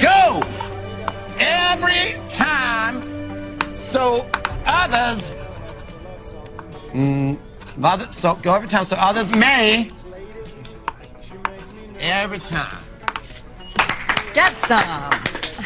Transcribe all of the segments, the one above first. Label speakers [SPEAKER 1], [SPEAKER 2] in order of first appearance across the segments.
[SPEAKER 1] go every time so others mm, other- so go every time so others may every time
[SPEAKER 2] Get some.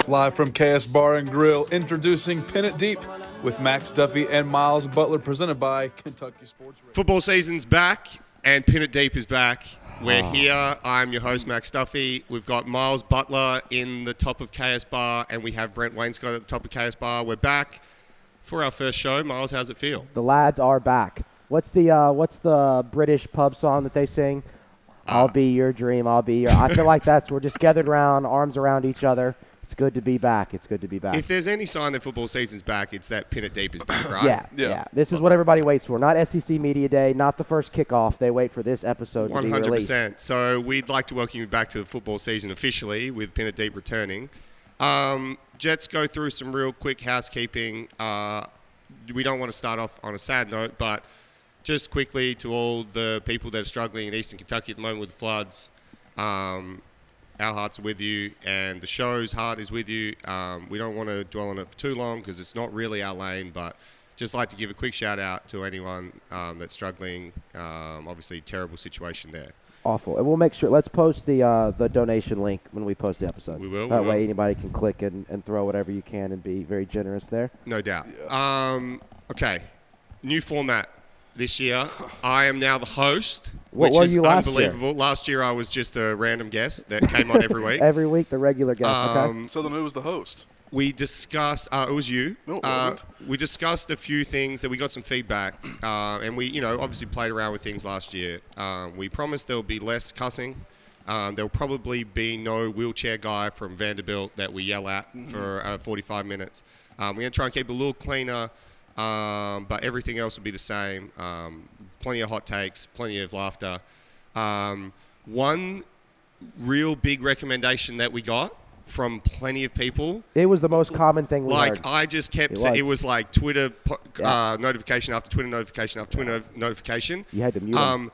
[SPEAKER 3] Live from KS Bar and Grill, introducing Pin It Deep with Max Duffy and Miles Butler, presented by Kentucky Sports Radio.
[SPEAKER 4] Football season's back and Pin It Deep is back. We're
[SPEAKER 5] Ah.
[SPEAKER 4] here. I'm your host, Max Duffy. We've got Miles Butler in the top of KS Bar and we have Brent Wainscott at the top of KS Bar. We're back for our first show. Miles, how's it feel?
[SPEAKER 5] The lads are back. What's the uh, what's the British pub song that they sing?
[SPEAKER 4] Uh.
[SPEAKER 5] I'll be your dream. I'll be your. I feel like that's we're just gathered around, arms around each other. It's good to be back. It's good to be back.
[SPEAKER 4] If there's any sign that football season's back, it's that Pin It Deep is back, right?
[SPEAKER 5] yeah,
[SPEAKER 3] Yeah.
[SPEAKER 5] yeah, This is what everybody waits for. Not SEC Media Day. Not the first kickoff. They wait for this episode to be released.
[SPEAKER 4] 100%. So we'd like to welcome you back to the football season officially with Pin It Deep returning. Um, Jets go through some real quick housekeeping. Uh, we don't want to start off on a sad note, but just quickly to all the people that are struggling in eastern Kentucky at the moment with floods, um, our hearts are with you and the show's heart is with you. Um, we don't want to dwell on it for too long because it's not really our lane, but just like to give a quick shout out to anyone um, that's struggling. Um, obviously, terrible situation there.
[SPEAKER 5] Awful. And we'll make sure. Let's post the uh, the donation link when we post the episode.
[SPEAKER 4] We will,
[SPEAKER 5] That
[SPEAKER 4] we
[SPEAKER 5] way,
[SPEAKER 4] will.
[SPEAKER 5] anybody can click and, and throw whatever you can and be very generous there.
[SPEAKER 4] No doubt. Um, okay, new format this year. I am now the host,
[SPEAKER 5] What
[SPEAKER 4] which
[SPEAKER 5] were
[SPEAKER 4] is
[SPEAKER 5] you last year?
[SPEAKER 4] unbelievable. Last year I was just a random guest that came on every week.
[SPEAKER 5] Every week, the regular guest. okay.
[SPEAKER 4] um,
[SPEAKER 3] So then who was the host?
[SPEAKER 4] we discussed. Uh, it was you.
[SPEAKER 3] No, it
[SPEAKER 4] Uh,
[SPEAKER 3] wasn't.
[SPEAKER 4] we discussed a few things that we got some feedback, uh, and we, you know, obviously played around with things last year. Um, we promised there'll be less cussing. Um, there'll probably be no wheelchair guy from Vanderbilt that we yell at for uh, 45 minutes. Um, we're gonna try and keep it a little cleaner, um, but everything else will be the same. Um, plenty of hot takes, plenty of laughter. Um, one real big recommendation that we got from plenty of people
[SPEAKER 5] It was the most common thing we
[SPEAKER 4] like
[SPEAKER 5] heard.
[SPEAKER 4] I just kept it
[SPEAKER 5] It
[SPEAKER 4] was, it
[SPEAKER 5] was.
[SPEAKER 4] was like Twitter po- uh, notification after Twitter notification after Twitter no- notification.
[SPEAKER 5] You had to mute 'em.
[SPEAKER 4] Um,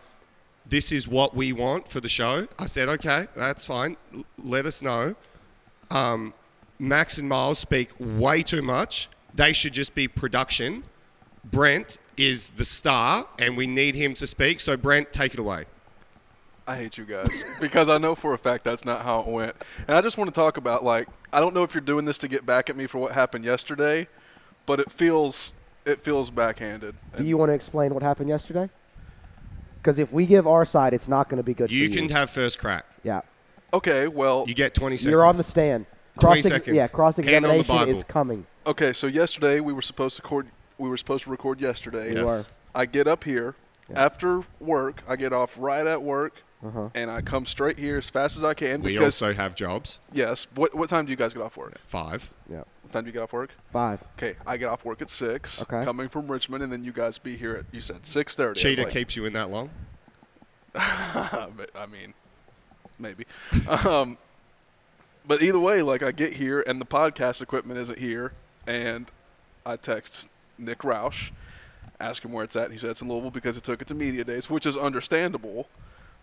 [SPEAKER 4] this is what we want for the show. I said, okay, that's fine. L- let us know. Um, Max and Miles speak way too much. They should just be production. Brent is the star, and we need him to speak. So Brent, take it away.
[SPEAKER 6] I hate you guys because I know for a fact that's not how it went. And I just want to talk about like I don't know if you're doing this to get back at me for what happened yesterday, but it feels it feels backhanded.
[SPEAKER 5] Do you want to explain what happened yesterday? Because if we give our side, it's not going to be good.
[SPEAKER 4] You
[SPEAKER 5] for
[SPEAKER 4] can have first crack.
[SPEAKER 5] yeah.
[SPEAKER 6] Okay, well,
[SPEAKER 4] You get 20 seconds.
[SPEAKER 5] You're on the stand.
[SPEAKER 4] 20
[SPEAKER 5] Cross-ex-
[SPEAKER 4] seconds.
[SPEAKER 5] Yeah, cross
[SPEAKER 4] Hand on the
[SPEAKER 5] examination is
[SPEAKER 4] Bible.
[SPEAKER 5] coming.
[SPEAKER 6] okay. So yesterday we were supposed to record. We were supposed to record yesterday.
[SPEAKER 4] We Yes. were.
[SPEAKER 6] I get up here after work. I get off right at work, and I come straight here as fast as I can
[SPEAKER 4] Uh-huh. We
[SPEAKER 6] because
[SPEAKER 4] also have jobs.
[SPEAKER 6] yes. What what time do you guys get off work?
[SPEAKER 4] Five.
[SPEAKER 5] Yeah.
[SPEAKER 6] What time do you get off work?
[SPEAKER 5] Five.
[SPEAKER 6] Okay, I get off work at six.
[SPEAKER 5] Okay.
[SPEAKER 6] Coming from Richmond, and then you guys be here at you said six thirty.
[SPEAKER 4] Cheetah keeps you in that long.
[SPEAKER 6] I mean, maybe. um, but either way, like I get here and the podcast equipment isn't here, and I text Nick Roush, ask him where it's at, and he said it's in Louisville because it took it to media days, which is understandable.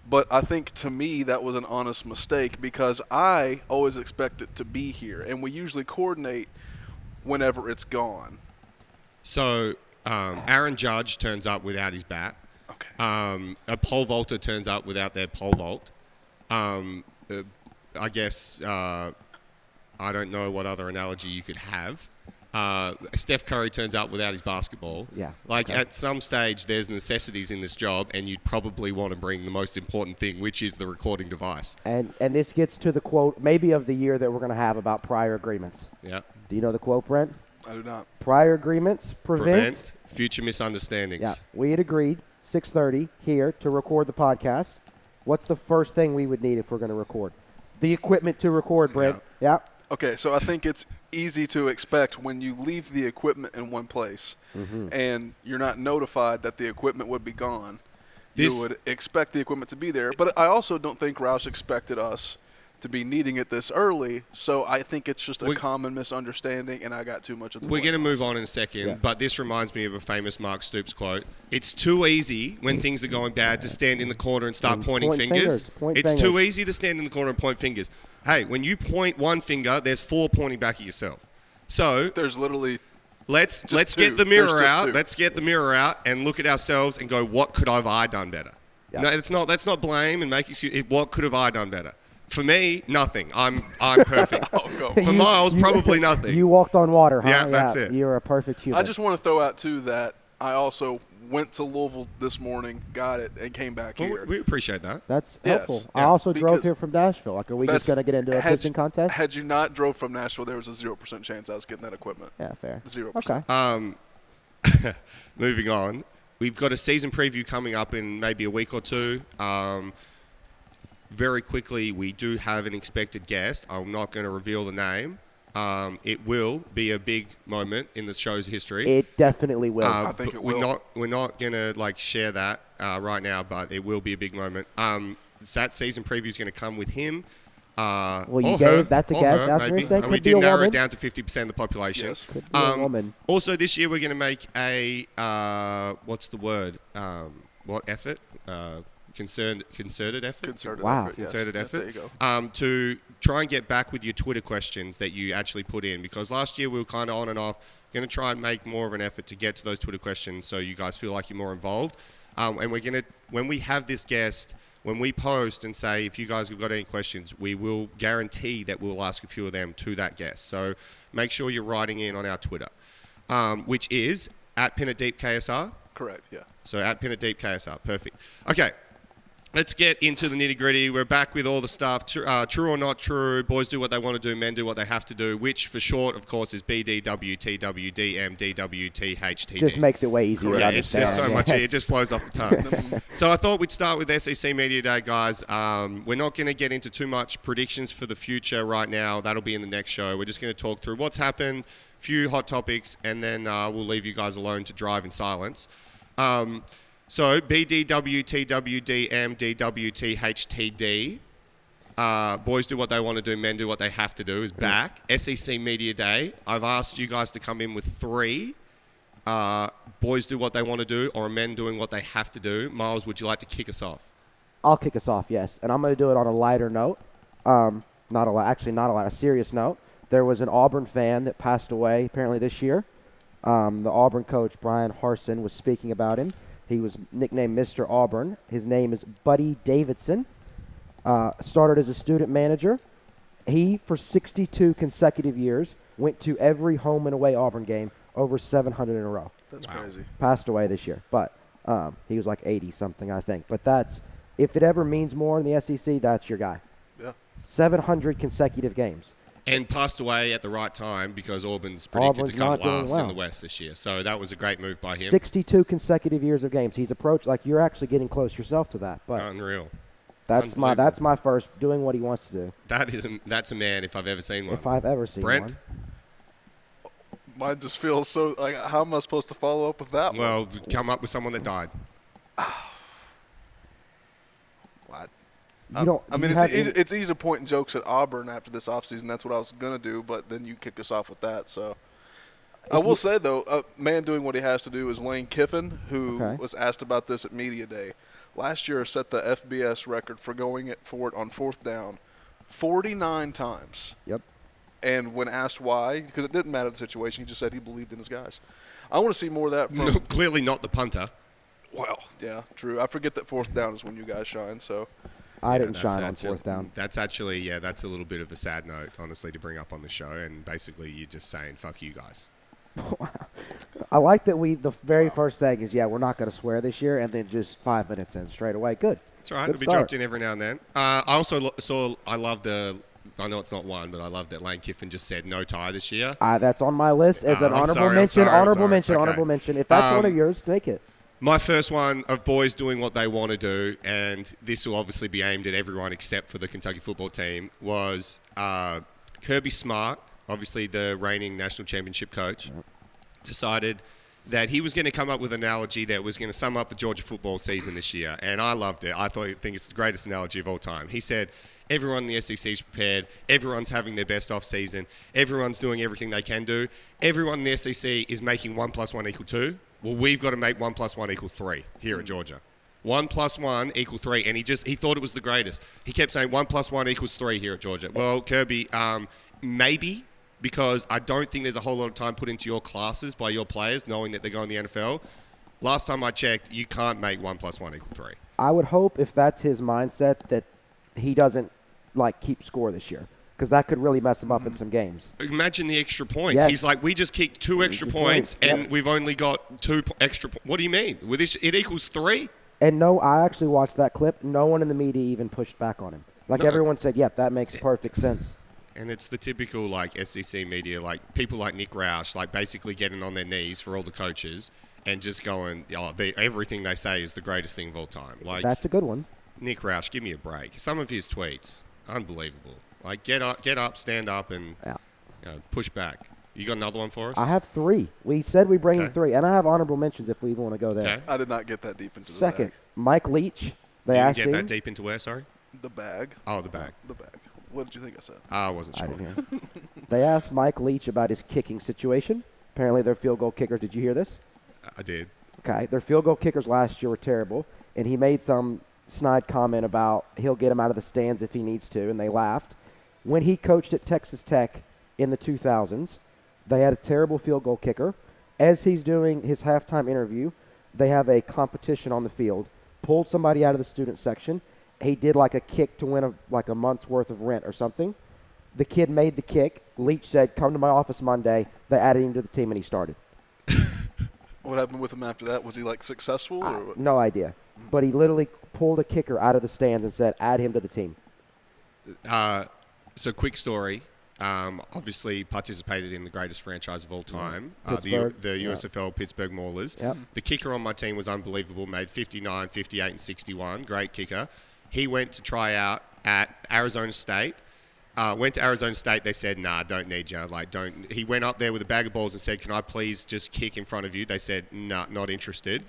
[SPEAKER 6] But I think to me that was an honest mistake because I always expect it to be here, and we usually coordinate whenever it's gone.
[SPEAKER 4] So um, Aaron Judge turns up without his bat.
[SPEAKER 6] Okay.
[SPEAKER 4] Um, a pole vaulter turns up without their pole vault. Um, uh, I guess uh, I don't know what other analogy you could have. Uh, Steph Curry turns up without his basketball.
[SPEAKER 5] Yeah,
[SPEAKER 4] Like at some stage, there's necessities in this job, and you'd probably want to bring the most important thing, which is the recording device.
[SPEAKER 5] And and this gets to the quote maybe of the year that we're going to have about prior agreements.
[SPEAKER 4] Yeah.
[SPEAKER 5] Do you know the quote, Brent?
[SPEAKER 6] I do not.
[SPEAKER 5] Prior agreements prevent
[SPEAKER 4] Prevent future misunderstandings.
[SPEAKER 5] Yeah, we had agreed 6:30 here to record the podcast. What's the first thing we would need if we're going to record? The equipment to record, Brent. Yeah.
[SPEAKER 6] Okay, so I think it's easy to expect when you leave the equipment in one place and you're not notified that the equipment would be gone.
[SPEAKER 4] This-
[SPEAKER 6] you would expect the equipment to be there, but I also don't think Roush expected us to be needing it this early. So I think it's just a
[SPEAKER 4] We-
[SPEAKER 6] common misunderstanding, and I got too much of the.
[SPEAKER 4] We're
[SPEAKER 6] blame.
[SPEAKER 4] going to move on in a second, but this reminds me of a famous Mark Stoops quote. It's too easy when things are going bad to stand in the corner and start pointing
[SPEAKER 5] Mm. point
[SPEAKER 4] fingers.
[SPEAKER 5] fingers, point
[SPEAKER 4] it's too
[SPEAKER 5] fingers.
[SPEAKER 4] easy to stand in the corner and point fingers. Hey, when you point one finger, there's four pointing back at yourself. So
[SPEAKER 6] There's literally
[SPEAKER 4] let's let's
[SPEAKER 6] two.
[SPEAKER 4] get the
[SPEAKER 6] There's
[SPEAKER 4] mirror
[SPEAKER 6] just
[SPEAKER 4] out.
[SPEAKER 6] two.
[SPEAKER 4] Let's get the mirror out and look at ourselves and go, what could have I done better?
[SPEAKER 5] Yeah.
[SPEAKER 4] No, it's not. That's not blame and make excuse. It, what could have I done better? For me, nothing. I'm I'm perfect.
[SPEAKER 6] Oh, God.
[SPEAKER 4] For
[SPEAKER 5] You-
[SPEAKER 4] Miles,
[SPEAKER 5] you-
[SPEAKER 4] probably nothing.
[SPEAKER 5] You walked on water, huh?
[SPEAKER 4] Yeah, that's it.
[SPEAKER 5] You're a perfect human.
[SPEAKER 6] I just want to throw out too that I also went to Louisville this morning, got it, and came back
[SPEAKER 4] Well,
[SPEAKER 6] here.
[SPEAKER 4] we appreciate that.
[SPEAKER 5] that's
[SPEAKER 6] Yes.
[SPEAKER 5] helpful. I
[SPEAKER 4] Yeah,
[SPEAKER 5] also drove
[SPEAKER 6] because-
[SPEAKER 5] here from Nashville. Like, are we just
[SPEAKER 6] That's-
[SPEAKER 5] going to get into a
[SPEAKER 6] had
[SPEAKER 5] pissing
[SPEAKER 6] you-
[SPEAKER 5] contest?
[SPEAKER 6] Had you not drove from Nashville, there was a zero percent chance I was getting that equipment.
[SPEAKER 5] yeah, fair.
[SPEAKER 6] Zero
[SPEAKER 5] Okay.
[SPEAKER 6] percent.
[SPEAKER 4] Uh, moving on. We've got a season preview coming up in maybe a week or two. Um, very quickly, we do have an expected guest. I'm not going to reveal the name. Um, it will be a big moment in the show's history.
[SPEAKER 5] It definitely will.
[SPEAKER 4] Uh,
[SPEAKER 6] I think
[SPEAKER 4] but
[SPEAKER 6] it
[SPEAKER 4] we're
[SPEAKER 6] will.
[SPEAKER 4] not we're not gonna like share that uh, right now, but it will be a big moment. Um, so that season preview is going to come with him. Uh,
[SPEAKER 5] Well, you
[SPEAKER 4] or
[SPEAKER 5] gave
[SPEAKER 4] her,
[SPEAKER 5] that a
[SPEAKER 4] or
[SPEAKER 5] guess.
[SPEAKER 4] her,
[SPEAKER 5] That's what
[SPEAKER 4] maybe.
[SPEAKER 5] I said.
[SPEAKER 4] And we
[SPEAKER 5] Could be
[SPEAKER 4] did
[SPEAKER 5] a
[SPEAKER 4] narrow
[SPEAKER 5] woman.
[SPEAKER 4] it down to fifty percent of the population. Um,
[SPEAKER 6] Yes.
[SPEAKER 5] Could be a woman.
[SPEAKER 4] Also, this year we're going to make a uh, what's the word? Um, what effort? Uh, concerned, concerted effort.
[SPEAKER 6] Concerted
[SPEAKER 5] Wow.
[SPEAKER 6] effort. yes.
[SPEAKER 4] Concerted
[SPEAKER 6] Yeah,
[SPEAKER 4] effort.
[SPEAKER 6] There you go.
[SPEAKER 4] Um, to try and get back with your Twitter questions that you actually put in because last year we were kind of on and off. Going to try and make more of an effort to get to those Twitter questions so you guys feel like you're more involved. Um, and we're going to when we have this guest. When we post and say if you guys have got any questions, we will guarantee that we'll ask a few of them to that guest. So make sure you're writing in on our Twitter um, which is at Pin It Deep KSR.
[SPEAKER 6] Correct. Yeah.
[SPEAKER 4] So at Pin It Deep KSR. Perfect. Okay. Let's get into the nitty gritty. We're back with all the stuff. Tr- uh, true or not true. Boys do what they want to do. Men do what they have to do. Which, for short, of course, is BDWTWDMDWTHTD.
[SPEAKER 5] just makes it way easier. to
[SPEAKER 4] Yeah, it's
[SPEAKER 5] understand.
[SPEAKER 4] just so
[SPEAKER 5] Yeah.
[SPEAKER 4] much. It just flows off the tongue. so I thought we'd start with SEC Media Day, guys. Um, we're not going to get into too much predictions for the future right now. That'll be in the next show. We're just going to talk through what's happened, few hot topics, and then uh, we'll leave you guys alone to drive in silence. Um, so BDWTWDMDWTHTD. Uh, boys do what they want to do, men do what they have to do is back. SEC Media Day. I've asked you guys to come in with three uh, boys do what they want to do or men doing what they have to do. Miles, would you like to kick us off?
[SPEAKER 5] I'll kick us off, yes, and I'm going to do it on a lighter note. Um, not a li- actually not a lot, a serious note. There was an Auburn fan that passed away apparently this year. Um, the Auburn coach Brian Harson was speaking about him. He was nicknamed Mr. Auburn. His name is Buddy Davidson. Uh, started as a student manager. He, for 62 consecutive years, went to every home and away Auburn game over 700 in a row
[SPEAKER 6] That's crazy.
[SPEAKER 5] passed away this year, but um, he was like 80 something, I think. But that's if it ever means more in the SEC, that's your guy.
[SPEAKER 6] Yeah.
[SPEAKER 5] 700 consecutive games.
[SPEAKER 4] And passed away at the right time because Auburn's predicted
[SPEAKER 5] Auburn's
[SPEAKER 4] to come
[SPEAKER 5] not doing
[SPEAKER 4] last in
[SPEAKER 5] well.
[SPEAKER 4] the West this year. So that was a great move by him.
[SPEAKER 5] 62 consecutive years of games. He's approached like you're actually getting close yourself to that. But
[SPEAKER 4] Unreal.
[SPEAKER 5] that's my
[SPEAKER 4] unbelievable.
[SPEAKER 5] that's my first doing what he wants to do
[SPEAKER 4] That is a, that's a man if I've ever seen one.
[SPEAKER 5] if I've ever seen
[SPEAKER 4] Brent?
[SPEAKER 5] one.
[SPEAKER 6] Mine just feels so like how am I supposed to follow up with that one?
[SPEAKER 4] Well, come up with someone that died.
[SPEAKER 6] What?
[SPEAKER 4] Um,
[SPEAKER 5] You don't.
[SPEAKER 6] I
[SPEAKER 5] do
[SPEAKER 6] mean,
[SPEAKER 5] you
[SPEAKER 6] it's
[SPEAKER 5] have
[SPEAKER 6] easy,
[SPEAKER 5] any-
[SPEAKER 6] it's easy to point jokes at Auburn after this offseason. That's what I was going to do, but then you kicked us off with that. So I will say, though, a man doing what he has to do is Lane Kiffin, who
[SPEAKER 5] Okay.
[SPEAKER 6] was asked about this at Media Day. Last year set the FBS record for going it for it on fourth down 49 times.
[SPEAKER 5] Yep.
[SPEAKER 6] And when asked why, because it didn't matter the situation, he just said he believed in his guys. I want to see more of that from.
[SPEAKER 4] No, clearly not the punter.
[SPEAKER 6] Well, yeah, true. I forget that fourth down is when you guys shine, so.
[SPEAKER 5] I didn't
[SPEAKER 4] That's
[SPEAKER 5] shine on
[SPEAKER 4] actu-
[SPEAKER 5] fourth down.
[SPEAKER 4] That's actually, yeah, that's a little bit of a sad note, honestly, to bring up on the show. And basically, you're just saying, fuck you guys.
[SPEAKER 5] I like that we the very first thing is yeah we're not going to swear this year and then just five minutes in straight away. Good.
[SPEAKER 4] That's right.
[SPEAKER 5] Good
[SPEAKER 4] It'll be
[SPEAKER 5] start.
[SPEAKER 4] dropped in every now and then. Uh, I also lo- saw. I love the I know it's not one, but I love that Lane Kiffin just said no tie this year.
[SPEAKER 5] Uh, that's on my list as
[SPEAKER 4] Ah, I'm
[SPEAKER 5] an honorable
[SPEAKER 4] sorry, I'm
[SPEAKER 5] mention.
[SPEAKER 4] sorry, I'm
[SPEAKER 5] honorable
[SPEAKER 4] sorry.
[SPEAKER 5] mention.
[SPEAKER 4] Okay.
[SPEAKER 5] Honorable mention. If that's one
[SPEAKER 4] Um,
[SPEAKER 5] of yours, take it.
[SPEAKER 4] My first one of boys doing what they want to do, and this will obviously be aimed at everyone except for the Kentucky football team, was uh, Kirby Smart, obviously the reigning national championship coach, decided that he was going to come up with an analogy that was going to sum up the Georgia football season this year, and I loved it. I thought, think it's the greatest analogy of all time. He said, "Everyone in the SEC is prepared. Everyone's having their best off season. Everyone's doing everything they can do. Everyone in the SEC is making one plus one equal two. Well, we've got to make one plus one equal three here at Georgia." One plus one equal three, and he just he thought it was the greatest. He kept saying one plus one equals three here at Georgia. Well, Kirby, um, maybe because I don't think there's a whole lot of time put into your classes by your players, knowing that they're going to the NFL. Last time I checked, you can't make one plus one equal three.
[SPEAKER 5] I would hope if that's his mindset that he doesn't like keep score this year because that could really mess him
[SPEAKER 4] Mm-hmm.
[SPEAKER 5] up in some games.
[SPEAKER 4] Imagine the extra points.
[SPEAKER 5] Yes.
[SPEAKER 4] He's like, we just kicked two extra
[SPEAKER 5] points,
[SPEAKER 4] points, and
[SPEAKER 5] yep.
[SPEAKER 4] we've only got two po- extra. Po- what do you mean? With this, it equals three.
[SPEAKER 5] And no, I actually watched that clip. No one in the media even pushed back on him. Like
[SPEAKER 4] No. uh,
[SPEAKER 5] everyone said, "Yep, that makes perfect sense."
[SPEAKER 4] And it's the typical like SEC media, like people like Nick Roush, like basically getting on their knees for all the coaches and just going, oh, they, everything they say is the greatest thing of all time. Like
[SPEAKER 5] That's a good one.
[SPEAKER 4] Nick Roush, give me a break. Some of his tweets, unbelievable. Like get up, get up, stand up, and
[SPEAKER 5] Yeah.
[SPEAKER 4] you know, push back. You got another one for us?
[SPEAKER 5] I have three. We said we bring in
[SPEAKER 4] Okay.
[SPEAKER 5] three, and I have honorable mentions if we even want to go there.
[SPEAKER 4] okay.
[SPEAKER 6] I did not get that deep into the
[SPEAKER 5] Second, Mike Leach. They
[SPEAKER 4] You didn't
[SPEAKER 5] asked
[SPEAKER 4] get that
[SPEAKER 5] him.
[SPEAKER 4] deep into where? Sorry.
[SPEAKER 6] bag. The bag.
[SPEAKER 4] Oh, the back.
[SPEAKER 6] The bag. What did you think I said?
[SPEAKER 4] Ah, I wasn't
[SPEAKER 5] I
[SPEAKER 4] sure.
[SPEAKER 5] didn't hear him. they asked Mike Leach about his kicking situation. Apparently, their field goal kickers. Did you hear this?
[SPEAKER 4] I did.
[SPEAKER 5] Okay, their field goal kickers last year were terrible, and he made some snide comment about he'll get them out of the stands if he needs to, and they laughed. When he coached at Texas Tech in the 2000s, they had a terrible field goal kicker. As he's doing his halftime interview, they have a competition on the field. Pulled somebody out of the student section. He did like a kick to win a, like a month's worth of rent or something. The kid made the kick. Leach said, "Come to my office Monday." They added him to the team, and he started.
[SPEAKER 6] What happened with him after that? Was he like successful? Or what?
[SPEAKER 5] No idea. But he literally pulled a kicker out of the stands and said, add him to the team.
[SPEAKER 4] So, quick story. Um, obviously, participated in the greatest franchise of all time, uh, the, U-
[SPEAKER 5] Pittsburgh,
[SPEAKER 4] the
[SPEAKER 5] yeah.
[SPEAKER 4] USFL Pittsburgh Maulers.
[SPEAKER 5] Yep.
[SPEAKER 4] The kicker on my team was unbelievable, made 59, 58, and 61. Great kicker. He went to try out at Arizona State. Uh, went to Arizona State. They said, "Nah, don't need you." Like, don't. He went up there with a bag of balls and said, "Can I please just kick in front of you?" They said, "Nah, not interested."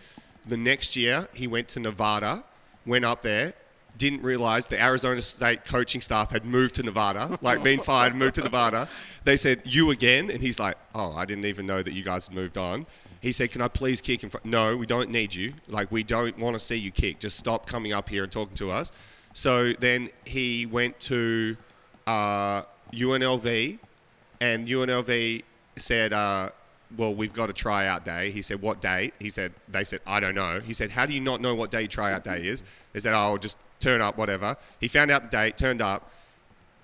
[SPEAKER 4] The next year, he went to Nevada. Went up there. Didn't realize the Arizona State coaching staff had moved to Nevada, like been fired, moved to Nevada. They said, You again? And he's like, Oh, I didn't even know that you guys had moved on. He said, Can I please kick in front? No, we don't need you. Like, we don't want to see you kick. Just stop coming up here and talking to us. So then he went to uh, UNLV, and UNLV said, uh, "Well, we've got a tryout day." He said, "What date?" He said, "They said I don't know." He said, "How do you not know what day tryout day is?" They said, "Oh, just turn up, whatever." He found out the date, turned up,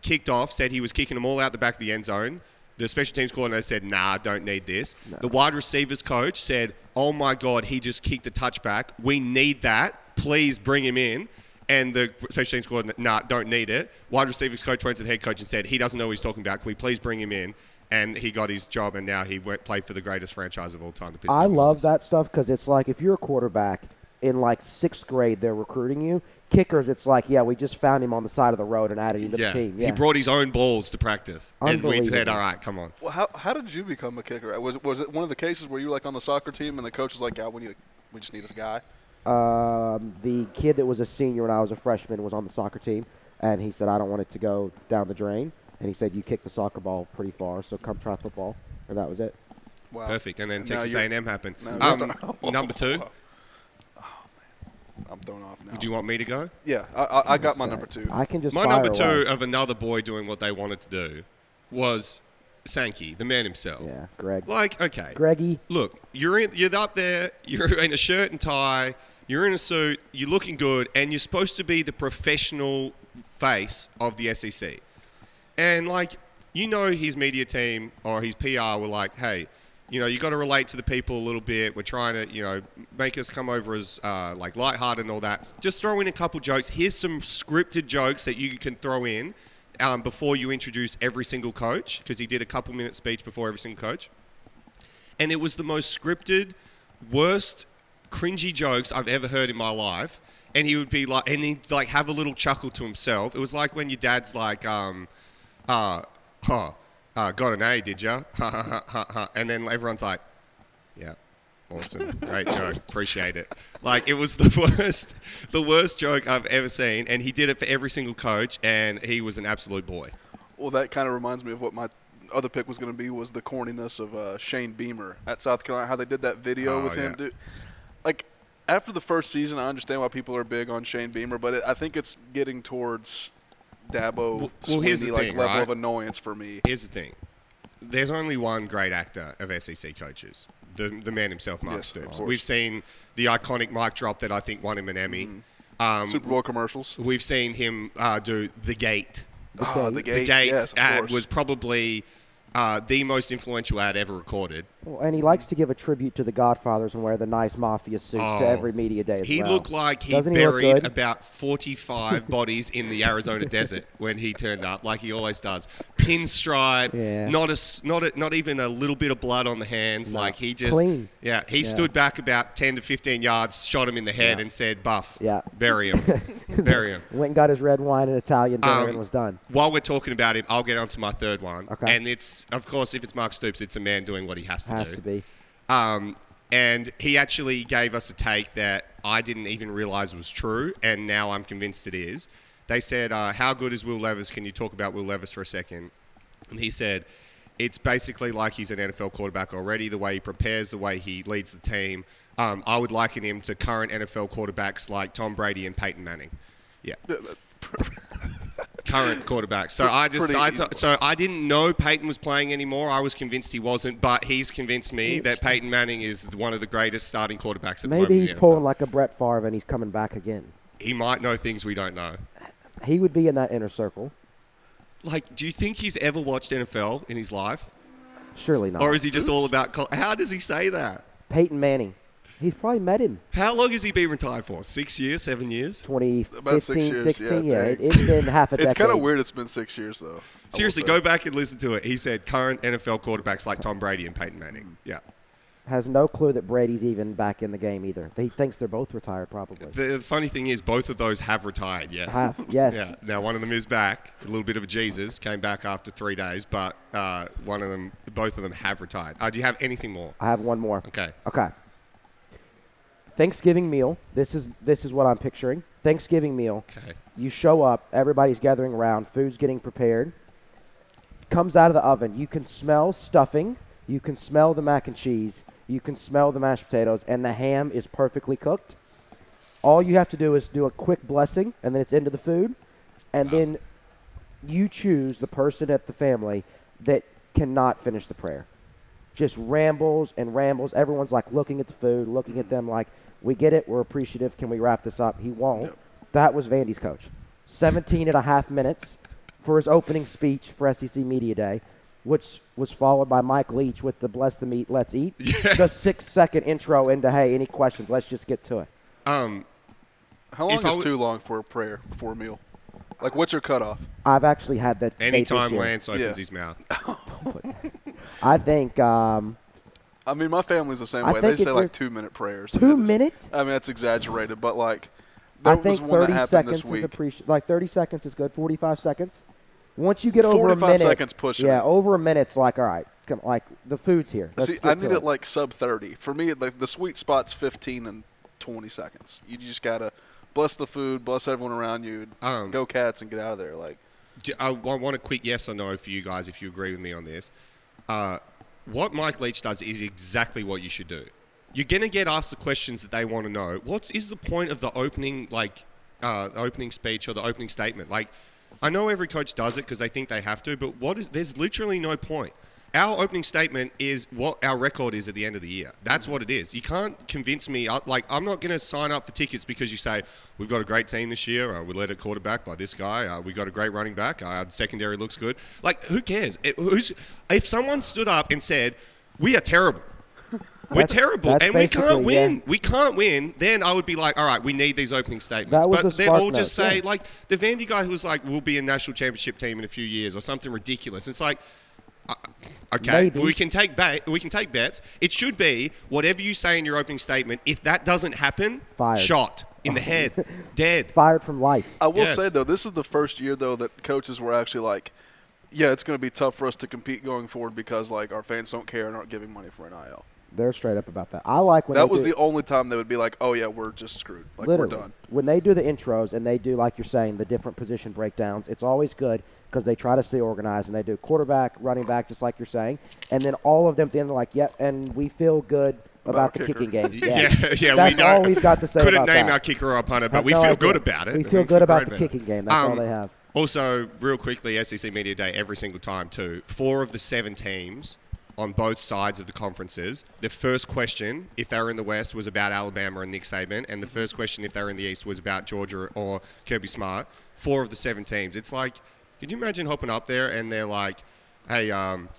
[SPEAKER 4] kicked off, said he was kicking them all out the back of the end zone. The special teams coordinator said, "Nah, I don't need this." The wide receivers coach said, "Oh my God, he just kicked a touchback. We need that. Please bring him in." And the special teams coordinator, "Nah, don't need it." Wide receivers coach went to the head coach and said, "He doesn't know what he's talking about. Can we please bring him in?" And he got his job, and now he went played for the greatest franchise of all time. The Pittsburgh
[SPEAKER 5] I love
[SPEAKER 4] Steelers.
[SPEAKER 5] that stuff because it's like if you're a quarterback in like sixth grade, they're recruiting you. Kickers, it's like, yeah, we just found him on the side of the road and added him to
[SPEAKER 4] Yeah.
[SPEAKER 5] the team. Yeah.
[SPEAKER 4] he brought his own balls to practice, and we said,
[SPEAKER 5] Unbelievable.
[SPEAKER 4] "All right, come on."
[SPEAKER 6] Well, how, how did you become a kicker? Was was it one of the cases where you were like on the soccer team and the coach was like, "Yeah, we need a, we just need this guy."
[SPEAKER 5] um, the kid that was a senior when I was a freshman was on the soccer team, and he said, I don't want it to go down the drain. And he said, you kick the soccer ball pretty far, so come try football. And that was it.
[SPEAKER 6] Wow.
[SPEAKER 4] Perfect. And then
[SPEAKER 6] Now
[SPEAKER 4] Texas
[SPEAKER 6] you're-
[SPEAKER 4] A&M happened.
[SPEAKER 6] No,
[SPEAKER 4] um,
[SPEAKER 6] that's not-
[SPEAKER 4] number two.
[SPEAKER 6] I'm thrown off now.
[SPEAKER 4] Do you want Oh, me to go?
[SPEAKER 6] yeah, I, I, I got my number two.
[SPEAKER 5] I can just
[SPEAKER 4] My
[SPEAKER 5] fire
[SPEAKER 4] number two
[SPEAKER 5] away.
[SPEAKER 4] of another boy doing what they wanted to do was Sankey, the man himself.
[SPEAKER 5] Yeah, Greg.
[SPEAKER 4] Like, okay.
[SPEAKER 5] Greggy.
[SPEAKER 4] Look, you're in, you're up there. You're in a shirt and tie. You're in a suit. You're looking good, and you're supposed to be the professional face of the SEC. And like, you know, his media team or his PR were like, "Hey, you know, you got to relate to the people a little bit. We're trying to, you know, make us come over as uh, like lighthearted and all that. Just throw in a couple jokes. Here's some scripted jokes that you can throw in." um, before you introduce every single coach because he did a couple minute speech before every single coach, and it was the most scripted, worst, cringy jokes I've ever heard in my life. And he would be like, and he'd like have a little chuckle to himself. It was like when your dad's like, um, uh, huh, uh, got an A, did ya? Ha ha ha ha ha. And then everyone's like, yeah. Awesome. Great joke. Appreciate it. Like it was the worst the worst joke I've ever seen and he did it for every single coach and he was an absolute boy.
[SPEAKER 6] Well, that kind of reminds me of what my other pick was going to be was the corniness of uh, Shane Beamer at South Carolina. How they did that video
[SPEAKER 4] Oh,
[SPEAKER 6] with him,
[SPEAKER 4] yeah.
[SPEAKER 6] dude. Like after the first season, I understand why people are big on Shane Beamer, but it, I think it's getting towards Dabo
[SPEAKER 4] Well- well, here's the
[SPEAKER 6] Swinney, like
[SPEAKER 4] thing,
[SPEAKER 6] level
[SPEAKER 4] right?
[SPEAKER 6] of annoyance for me.
[SPEAKER 4] Here's the thing. There's only one great actor of SEC coaches. The the man himself, Mark
[SPEAKER 6] Yes, of
[SPEAKER 4] Stoops.
[SPEAKER 6] course.
[SPEAKER 4] We've seen the iconic mic drop that I think won him an Emmy. Um,
[SPEAKER 6] Mm-hmm. Super Bowl commercials.
[SPEAKER 4] we've seen him uh, do the gate.
[SPEAKER 6] Ah, the gate,
[SPEAKER 4] the gate
[SPEAKER 6] yes, of
[SPEAKER 4] ad
[SPEAKER 6] course.
[SPEAKER 4] was probably uh, the most influential ad ever recorded.
[SPEAKER 5] Well, and he likes to give a tribute to the Godfathers and wear the nice mafia suits to every media day. As
[SPEAKER 4] Oh, He
[SPEAKER 5] well.
[SPEAKER 4] looked like he
[SPEAKER 5] Doesn't
[SPEAKER 4] buried
[SPEAKER 5] he look good?
[SPEAKER 4] about 45 bodies in the Arizona desert when he turned up, like he always does. Pinstripe,
[SPEAKER 5] Yeah.
[SPEAKER 4] not a, s- not a, not even a little bit of blood on the hands. Like he just,
[SPEAKER 5] Clean.
[SPEAKER 4] yeah, he stood back about 10 to 15 yards, shot him in the head, and said, "Buff,
[SPEAKER 5] Yeah.
[SPEAKER 4] bury him, bury him."
[SPEAKER 5] Went and got his red wine and Italian dinner
[SPEAKER 4] Um,
[SPEAKER 5] and was done.
[SPEAKER 4] While we're talking about him, I'll get on to my third one.
[SPEAKER 5] Okay.
[SPEAKER 4] And it's, of course, if it's Mark Stoops, it's a man doing what he has to
[SPEAKER 5] Has
[SPEAKER 4] do.
[SPEAKER 5] to be.
[SPEAKER 4] Um, and he actually gave us a take that I didn't even realize was true, and now I'm convinced it is. They said, uh, How good is Will Levis? Can you talk about Will Levis for a second? And he said, It's basically like he's an NFL quarterback already, the way he prepares, the way he leads the team. Um, I would liken him to current NFL quarterbacks like Tom Brady and Peyton Manning. Yeah. current quarterback. So I just
[SPEAKER 6] pretty
[SPEAKER 4] I
[SPEAKER 6] easy.
[SPEAKER 4] th- so I didn't know Peyton was playing anymore. I was convinced he wasn't, but he's convinced me that Peyton Manning is one of the greatest starting quarterbacks at the moment.
[SPEAKER 5] Maybe
[SPEAKER 4] in
[SPEAKER 5] he's
[SPEAKER 4] the NFL.
[SPEAKER 5] pulling like a Brett Favre and he's coming back again.
[SPEAKER 4] He might know things we don't know.
[SPEAKER 5] He would be in that inner circle.
[SPEAKER 4] Like, do you think he's ever watched NFL in his life,
[SPEAKER 5] Surely not.
[SPEAKER 4] or is he just all about? Col- How does he say that?
[SPEAKER 5] Peyton Manning. He's probably met him
[SPEAKER 4] How long has he been retired for? Six years? Seven years?
[SPEAKER 5] 2015,
[SPEAKER 6] About six years,
[SPEAKER 5] 16.
[SPEAKER 6] yeah,
[SPEAKER 5] Yeah, it,
[SPEAKER 6] dang.
[SPEAKER 5] it's been half a decade.
[SPEAKER 6] It's kind of weird. It's been six years though. I will
[SPEAKER 4] Seriously,
[SPEAKER 6] say.
[SPEAKER 4] go back and listen to it. He said current NFL quarterbacks like Tom Brady and Peyton Manning. Yeah.
[SPEAKER 5] Has no clue that Brady's even back in the game either. He thinks they're both retired probably.
[SPEAKER 4] The funny thing is, both of those have retired. Yes.
[SPEAKER 5] Half, yes.
[SPEAKER 4] Yeah. Now one of them is back. A little bit of a Jesus came back after three days, but uh, one of them, both of them have retired. Uh, do you have anything more?
[SPEAKER 5] I have one more.
[SPEAKER 4] Okay.
[SPEAKER 5] Okay. Thanksgiving meal. This is this is what I'm picturing. Thanksgiving meal.
[SPEAKER 4] Okay.
[SPEAKER 5] You show up. Everybody's gathering around. Food's getting prepared. Comes out of the oven. You can smell stuffing. You can smell the mac and cheese. You can smell the mashed potatoes, and the ham is perfectly cooked. All you have to do is do a quick blessing, and then it's into the food, and then you choose the person at the family that cannot finish the prayer just rambles and rambles. Everyone's like looking at the food, looking at them like, we get it, we're appreciative, can we wrap this up? He won't. That was Vandy's coach. 17 and a half minutes for his opening speech for SEC Media Day, which was followed by Mike Leach with the bless the meat, let's eat. The six second intro into, hey, any questions? Let's just get to it.
[SPEAKER 6] How long
[SPEAKER 4] If
[SPEAKER 6] is
[SPEAKER 4] I would-
[SPEAKER 6] too long for a prayer before a meal? Like, what's your cutoff?
[SPEAKER 5] I've actually had that. debate this
[SPEAKER 4] Anytime
[SPEAKER 5] year.
[SPEAKER 4] Lance opens
[SPEAKER 6] Yeah.
[SPEAKER 4] his mouth,
[SPEAKER 5] I think um,
[SPEAKER 6] I mean, my family's the same
[SPEAKER 5] I
[SPEAKER 6] way. They
[SPEAKER 5] think if
[SPEAKER 6] say
[SPEAKER 5] you're-
[SPEAKER 6] like two minute prayers.
[SPEAKER 5] Two
[SPEAKER 6] It is-
[SPEAKER 5] minutes?
[SPEAKER 6] I mean, that's exaggerated, but like, there
[SPEAKER 5] I think
[SPEAKER 6] was one that
[SPEAKER 5] 30
[SPEAKER 6] happened
[SPEAKER 5] seconds
[SPEAKER 6] this
[SPEAKER 5] is
[SPEAKER 6] week.
[SPEAKER 5] appreciated. Like 30 seconds is good. 45 seconds. Once you get over a
[SPEAKER 6] 45
[SPEAKER 5] minute,
[SPEAKER 6] seconds pushing
[SPEAKER 5] Yeah,
[SPEAKER 6] it.
[SPEAKER 5] over a minute's like all right. Come, like the food's here. Let's
[SPEAKER 6] See,
[SPEAKER 5] get
[SPEAKER 6] I
[SPEAKER 5] to
[SPEAKER 6] need it like sub thirty. For me, like the sweet spot's fifteen and twenty seconds. You just gotta bless the food, bless everyone around you,
[SPEAKER 4] Um,
[SPEAKER 6] go cats, and get out of there. Like,
[SPEAKER 4] do- I wa- want a quick yes or no for you guys if you agree with me on this. Uh, what Mike Leach does is exactly what you should do. You're gonna get asked the questions that they want to know. What is the point of the opening like uh, opening speech or the opening statement? Like, I know every coach does it because they think they have to, but what is there's literally no point. Our opening statement is what our record is at the end of the year. That's what it is. You can't convince me. I- Like, I'm not going to sign up for tickets because you say, we've got a great team this year. Uh, we led at quarterback by this guy. Uh, we got a great running back. Uh, our secondary looks good. Like, who cares? It- who's, if someone stood up and said, we are terrible, We're terrible,
[SPEAKER 5] that's
[SPEAKER 4] and we
[SPEAKER 5] basically-
[SPEAKER 4] can't win.
[SPEAKER 5] yeah.
[SPEAKER 4] We can't win. Then I would be like, all right, we need these opening statements.
[SPEAKER 5] That was
[SPEAKER 4] But
[SPEAKER 5] a
[SPEAKER 4] they
[SPEAKER 5] spark
[SPEAKER 4] all just
[SPEAKER 5] note,
[SPEAKER 4] say
[SPEAKER 5] yeah.
[SPEAKER 4] like the Vandy guy who was like, we'll be a national championship team in a few years or something ridiculous. It's like. uh, Okay,
[SPEAKER 5] Maybe.
[SPEAKER 4] we can take bet. We can take bets. It should be whatever you say in your opening statement. If that doesn't happen,
[SPEAKER 5] Fired.
[SPEAKER 4] shot in the head, dead.
[SPEAKER 5] Fired from life.
[SPEAKER 6] I will
[SPEAKER 4] Yes.
[SPEAKER 6] say though, this is the first year though that coaches were actually like, yeah, it's going to be tough for us to compete going forward because like our fans don't care and aren't giving money for nil.
[SPEAKER 5] They're straight up about that. I like when
[SPEAKER 6] That
[SPEAKER 5] they
[SPEAKER 6] was
[SPEAKER 5] do,
[SPEAKER 6] the only time they would be like, oh yeah, we're just screwed. Like we're done.
[SPEAKER 5] When they do the intros and they do, like you're saying, the different position breakdowns, it's always good because they try to stay organized and they do quarterback, running back, just like you're saying. And then all of them at the end are like, yep, and we feel good about, the
[SPEAKER 6] kicker."
[SPEAKER 5] kicking game. Yeah,
[SPEAKER 4] Yeah, yeah.
[SPEAKER 5] That's
[SPEAKER 4] we know,
[SPEAKER 5] all we've got to say
[SPEAKER 4] Couldn't
[SPEAKER 5] about
[SPEAKER 4] name
[SPEAKER 5] that.
[SPEAKER 4] our kicker or our punter, but
[SPEAKER 5] Have
[SPEAKER 4] we
[SPEAKER 5] no
[SPEAKER 4] feel
[SPEAKER 5] idea.
[SPEAKER 4] good about it.
[SPEAKER 5] We feel good about
[SPEAKER 4] great
[SPEAKER 5] the kicking game. That's all they have.
[SPEAKER 4] Also, real quickly, SEC media day every single time too. Four of the seven teams on both sides of the conferences. The first question, if they were in the West, was about Alabama and Nick Saban, and the first question, if they were in the East, was about Georgia or Kirby Smart. Four of the seven teams. It's like, could you imagine hopping up there and they're like, "Hey, um,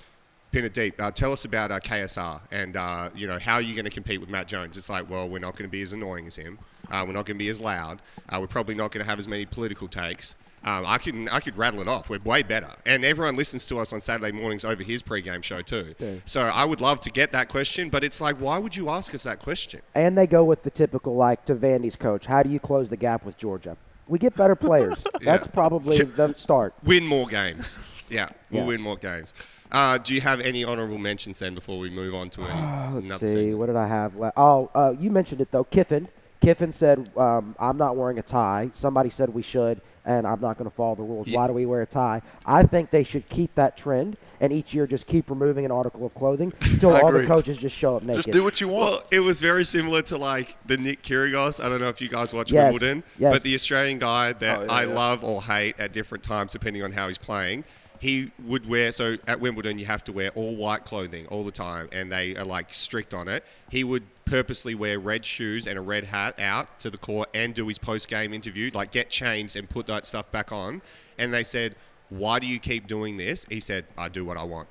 [SPEAKER 4] Pin it deep. Uh, tell us about uh, KSR and uh, you know how are you going to compete with Matt Jones? It's like, well, we're not going to be as annoying as him. Uh, we're not going to be as loud. Uh, we're probably not going to have as many political takes. Um, I could I could rattle it off. We're way better, and everyone listens to us on Saturday mornings over his pregame show too. So I would love to get that question, but it's like, why would you ask us that question?
[SPEAKER 5] And they go with the typical, like, to Vandy's coach, how do you close the gap with Georgia? We get better players. That's probably the start.
[SPEAKER 4] Win more games. Yeah, we'll
[SPEAKER 5] Yeah.
[SPEAKER 4] win more games. Uh, do you have any honourable mentions then before we move on to an- another?
[SPEAKER 5] Uh, Let's see,
[SPEAKER 4] segment?
[SPEAKER 5] what did I have? left? oh, uh, you mentioned it though. Kiffin. Kiffin said, um, "I'm not wearing a tie." Somebody said we should, and I'm not going to follow the rules. Why do we wear a tie? I think they should keep that trend, and each year just keep removing an article of clothing until
[SPEAKER 6] I
[SPEAKER 5] all the
[SPEAKER 6] agree.
[SPEAKER 5] coaches just show up naked.
[SPEAKER 6] Just do what you want.
[SPEAKER 4] Well, it was very similar to like the Nick Kyrgios. I don't know if you guys watch
[SPEAKER 5] Yes,
[SPEAKER 4] Wimbledon,
[SPEAKER 5] yes.
[SPEAKER 4] but the Australian guy that
[SPEAKER 6] Oh, yeah,
[SPEAKER 4] I
[SPEAKER 6] yeah.
[SPEAKER 4] love or hate at different times depending on how he's playing. He would wear so at Wimbledon you have to wear all white clothing all the time, and they are like strict on it. He would purposely wear red shoes and a red hat out to the court and do his post game interview, like get changed and put that stuff back on. And they said, "Why do you keep doing this?" He said, "I do what I want.